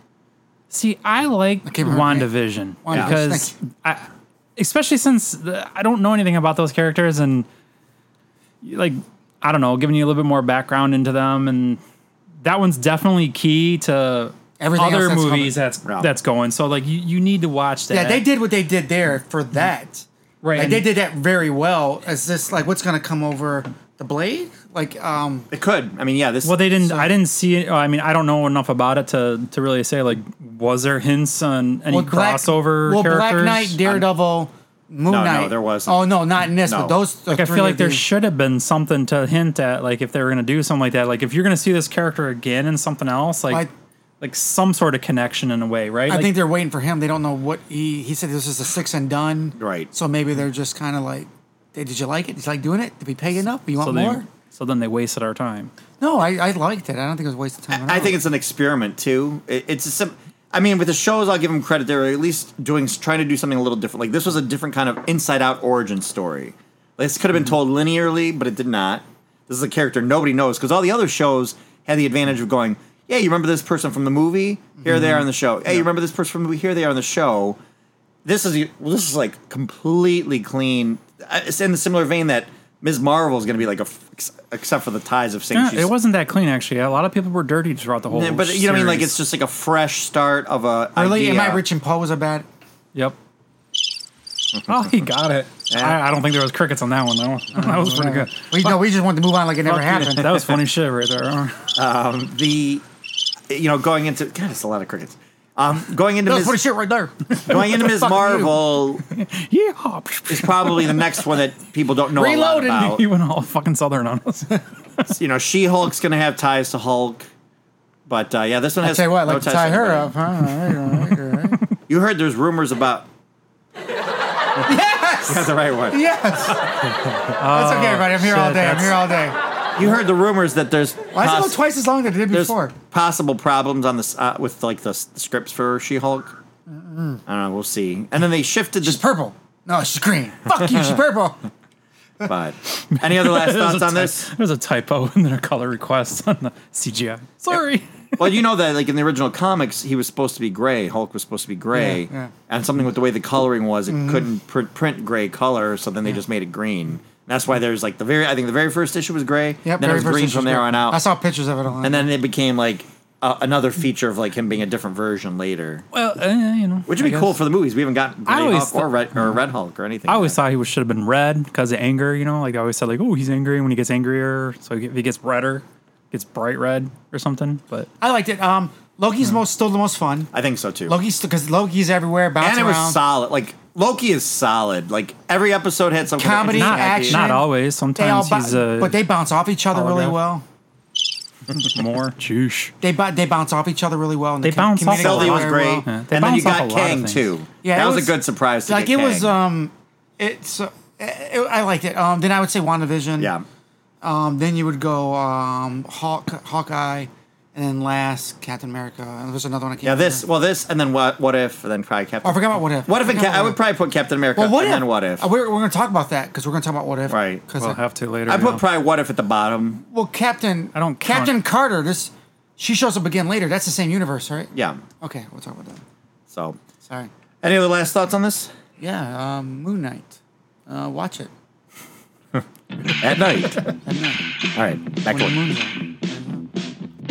Speaker 2: See, I like
Speaker 3: can't remember her name.
Speaker 2: WandaVision
Speaker 3: WandaVision,
Speaker 2: because
Speaker 3: thank
Speaker 2: I, especially since the, I don't know anything about those characters and like I don't know, giving you a little bit more background into them and that one's definitely key to
Speaker 3: Everything else
Speaker 2: other
Speaker 3: that's coming.
Speaker 2: movies that's
Speaker 1: Yeah.
Speaker 2: that's going. So like you, you need to watch that.
Speaker 3: yeah, they did what they did there for that.
Speaker 2: Right,
Speaker 3: Like,
Speaker 2: and-
Speaker 3: they did that very well. As this like what's going to come over the blade? Like, um,
Speaker 1: It could. I mean, yeah. This.
Speaker 2: Well, they didn't. I didn't see. it. I mean, I don't know enough about it to to really say. Like, was there hints on any
Speaker 3: well, Black-
Speaker 2: crossover
Speaker 3: Well,
Speaker 2: characters?
Speaker 3: Black Knight, Daredevil, Moon
Speaker 1: No, no,
Speaker 3: Knight.
Speaker 1: there wasn't.
Speaker 3: Oh no, not in this. But
Speaker 1: No.
Speaker 3: those.
Speaker 2: Like, I feel like there should have been something to hint at. Like, if they were going to do something like that. Like, if you're going to see this character again in something else, like,
Speaker 3: I-
Speaker 2: like some sort of connection in a way, right?
Speaker 3: I
Speaker 2: Like,
Speaker 3: think they're waiting for him. They don't know what he. He said this is a six and done.
Speaker 1: Right.
Speaker 3: So maybe they're just kind of like, "Hey, did you like it? Did you like doing it? Did we pay you enough? You want
Speaker 2: so
Speaker 3: more?
Speaker 2: they, so then they wasted our time.
Speaker 3: No, I, I liked it. I don't think it was a waste of time. at
Speaker 1: I
Speaker 3: all.
Speaker 1: think it's an experiment too. It, it's a sim- I mean, with the shows, I'll give them credit. They were at least doing trying to do something a little different. Like this was a different kind of inside out origin story. This could have
Speaker 3: Mm-hmm.
Speaker 1: been told linearly, but it did not. This is a character nobody knows because all the other shows had the advantage of going, yeah, you remember this person from the movie? Here they are
Speaker 3: Mm-hmm.
Speaker 1: on the show. Hey, you remember this person from the movie? Here they are on the show. This is well, this is like completely clean. Uh, It's in the similar vein that Ms. Marvel is going to be like a, f- ex- except for the ties of saying
Speaker 2: Yeah,
Speaker 1: she's
Speaker 2: it wasn't that clean actually. A lot of people were dirty throughout the whole.
Speaker 1: yeah, but you know what I mean? Like
Speaker 2: series.
Speaker 1: it's just like a fresh start of a
Speaker 3: Really,
Speaker 1: idea.
Speaker 3: am I rich and Poe was a bad?
Speaker 2: Yep. oh, he got it. I, I don't think there was crickets on that one though. that was pretty good.
Speaker 3: We, no, we just wanted to move on like it never happened.
Speaker 2: That was funny shit right there.
Speaker 1: The you know going into God, it's a lot of crickets. Um, going into
Speaker 3: That was
Speaker 1: Ms.
Speaker 3: funny shit right there.
Speaker 1: going into Ms.
Speaker 3: Fuck you.
Speaker 1: Marvel
Speaker 2: yeah.
Speaker 1: is probably the next one that people don't know
Speaker 3: Reloaded.
Speaker 1: a lot
Speaker 2: He
Speaker 1: about.
Speaker 2: went all fucking southern on us.
Speaker 1: You know, She Hulk's going to have ties to Hulk, but uh, yeah, this one
Speaker 3: I
Speaker 1: has
Speaker 3: tell you what, I
Speaker 1: no
Speaker 3: like to
Speaker 1: ties
Speaker 3: tie her
Speaker 1: anybody.
Speaker 3: up. Huh? All right, all right, all right.
Speaker 1: You heard there's rumors about
Speaker 3: Yes.
Speaker 1: that's the right one.
Speaker 3: Yes. That's
Speaker 1: Oh,
Speaker 3: okay, everybody. I'm here all
Speaker 2: shit,
Speaker 3: day. I'm here all day.
Speaker 1: You heard the rumors that there's
Speaker 3: Why does it
Speaker 1: poss-
Speaker 3: go twice as long than it did
Speaker 1: there's
Speaker 3: before?
Speaker 1: possible problems on this uh, with like the, s- the scripts for She Hulk. I don't know. We'll see. And then they shifted
Speaker 3: She's
Speaker 1: the
Speaker 3: purple. No, she's green. Fuck you, she's purple.
Speaker 1: But any other last
Speaker 2: There's
Speaker 1: thoughts
Speaker 2: a
Speaker 1: on
Speaker 2: ty-
Speaker 1: this?
Speaker 2: There's a typo in their color request on the CGI. Sorry.
Speaker 1: Well, you know that like in the original comics, he was supposed to be gray. Hulk was supposed to be gray,
Speaker 3: Yeah, Mm-hmm. yeah.
Speaker 1: and something with the way the coloring was, it couldn't pr- print gray color, so then they just made it green. That's why there's like the very I think the very first issue was gray.
Speaker 3: Yep,
Speaker 1: then it
Speaker 3: very
Speaker 1: was
Speaker 3: first
Speaker 1: green
Speaker 3: issue
Speaker 1: from there
Speaker 3: script.
Speaker 1: on out,
Speaker 3: I saw pictures of it online.
Speaker 1: and then it became like uh, another feature of like him being a different version later,
Speaker 2: Well, eh, you know.
Speaker 1: which would
Speaker 2: I
Speaker 1: be cool
Speaker 2: guess.
Speaker 1: for the movies. We haven't got
Speaker 2: I
Speaker 1: Grey
Speaker 2: always
Speaker 1: Hulk or Red or Red Hulk or anything.
Speaker 2: I always thought he was, should have been red because of anger. You know, like I always said, like, oh, he's angry when he gets angrier. So if he gets redder, gets bright red or something. But
Speaker 3: I liked it. Um, Loki's most still the most fun.
Speaker 1: I think so too.
Speaker 3: Loki's because Loki's everywhere, bouncing
Speaker 1: and it was
Speaker 3: around.
Speaker 1: solid. Like Loki is solid. Like every episode had some kind of
Speaker 3: Comedy,
Speaker 1: interesting idea.
Speaker 3: action.
Speaker 2: not always.
Speaker 3: They all
Speaker 2: Sometimes
Speaker 3: bou-
Speaker 2: he's uh,
Speaker 3: but they bounce off each other really
Speaker 2: hologram.
Speaker 3: well.
Speaker 2: more. Jeez.
Speaker 3: They bu- they bounce off each other really well. And
Speaker 2: They
Speaker 3: they
Speaker 2: bounce off a lot.
Speaker 1: Sylvie was
Speaker 3: very
Speaker 1: great,
Speaker 3: well.
Speaker 2: Yeah. They
Speaker 1: and then you
Speaker 2: bounce off a
Speaker 1: got
Speaker 2: lot of
Speaker 1: Kang
Speaker 2: things.
Speaker 1: too.
Speaker 3: Yeah,
Speaker 1: that
Speaker 3: it
Speaker 1: was,
Speaker 3: was-
Speaker 1: a good surprise. To
Speaker 3: Like it
Speaker 1: get
Speaker 3: was.
Speaker 1: Kang.
Speaker 3: Um, it's. Uh, it, I liked it. Um, then I would say WandaVision.
Speaker 1: yeah,
Speaker 3: Um, then you would go um, Hawk, Hawkeye, and then last Captain America. And there's another one. I can't
Speaker 1: yeah. This,
Speaker 3: Remember.
Speaker 1: well, this, and then what? What if? And then probably Captain.
Speaker 3: Oh, I forgot about What If.
Speaker 1: What if? And
Speaker 3: I forgot
Speaker 1: Cap- I
Speaker 3: about
Speaker 1: would probably put Captain America.
Speaker 3: Well, what
Speaker 1: and
Speaker 3: if?
Speaker 1: Then what if?
Speaker 3: Uh, we're we're going to talk about that because we're going to talk about what if.
Speaker 1: Right.
Speaker 3: 'Cause
Speaker 2: We'll
Speaker 3: I-
Speaker 2: have to later.
Speaker 1: I
Speaker 2: yeah.
Speaker 1: put probably what if at the bottom.
Speaker 3: Well, Captain.
Speaker 2: I don't
Speaker 3: Captain
Speaker 2: count.
Speaker 3: Carter. This. She shows up again later. That's the same universe, right?
Speaker 1: Yeah.
Speaker 3: Okay, we'll talk about that.
Speaker 1: So,
Speaker 3: Sorry.
Speaker 1: any other last thoughts on this?
Speaker 3: Yeah, um, Moon Knight. Uh, watch it.
Speaker 1: At night.
Speaker 3: At night.
Speaker 1: All right, back to
Speaker 3: When
Speaker 1: work.
Speaker 3: the moon's out.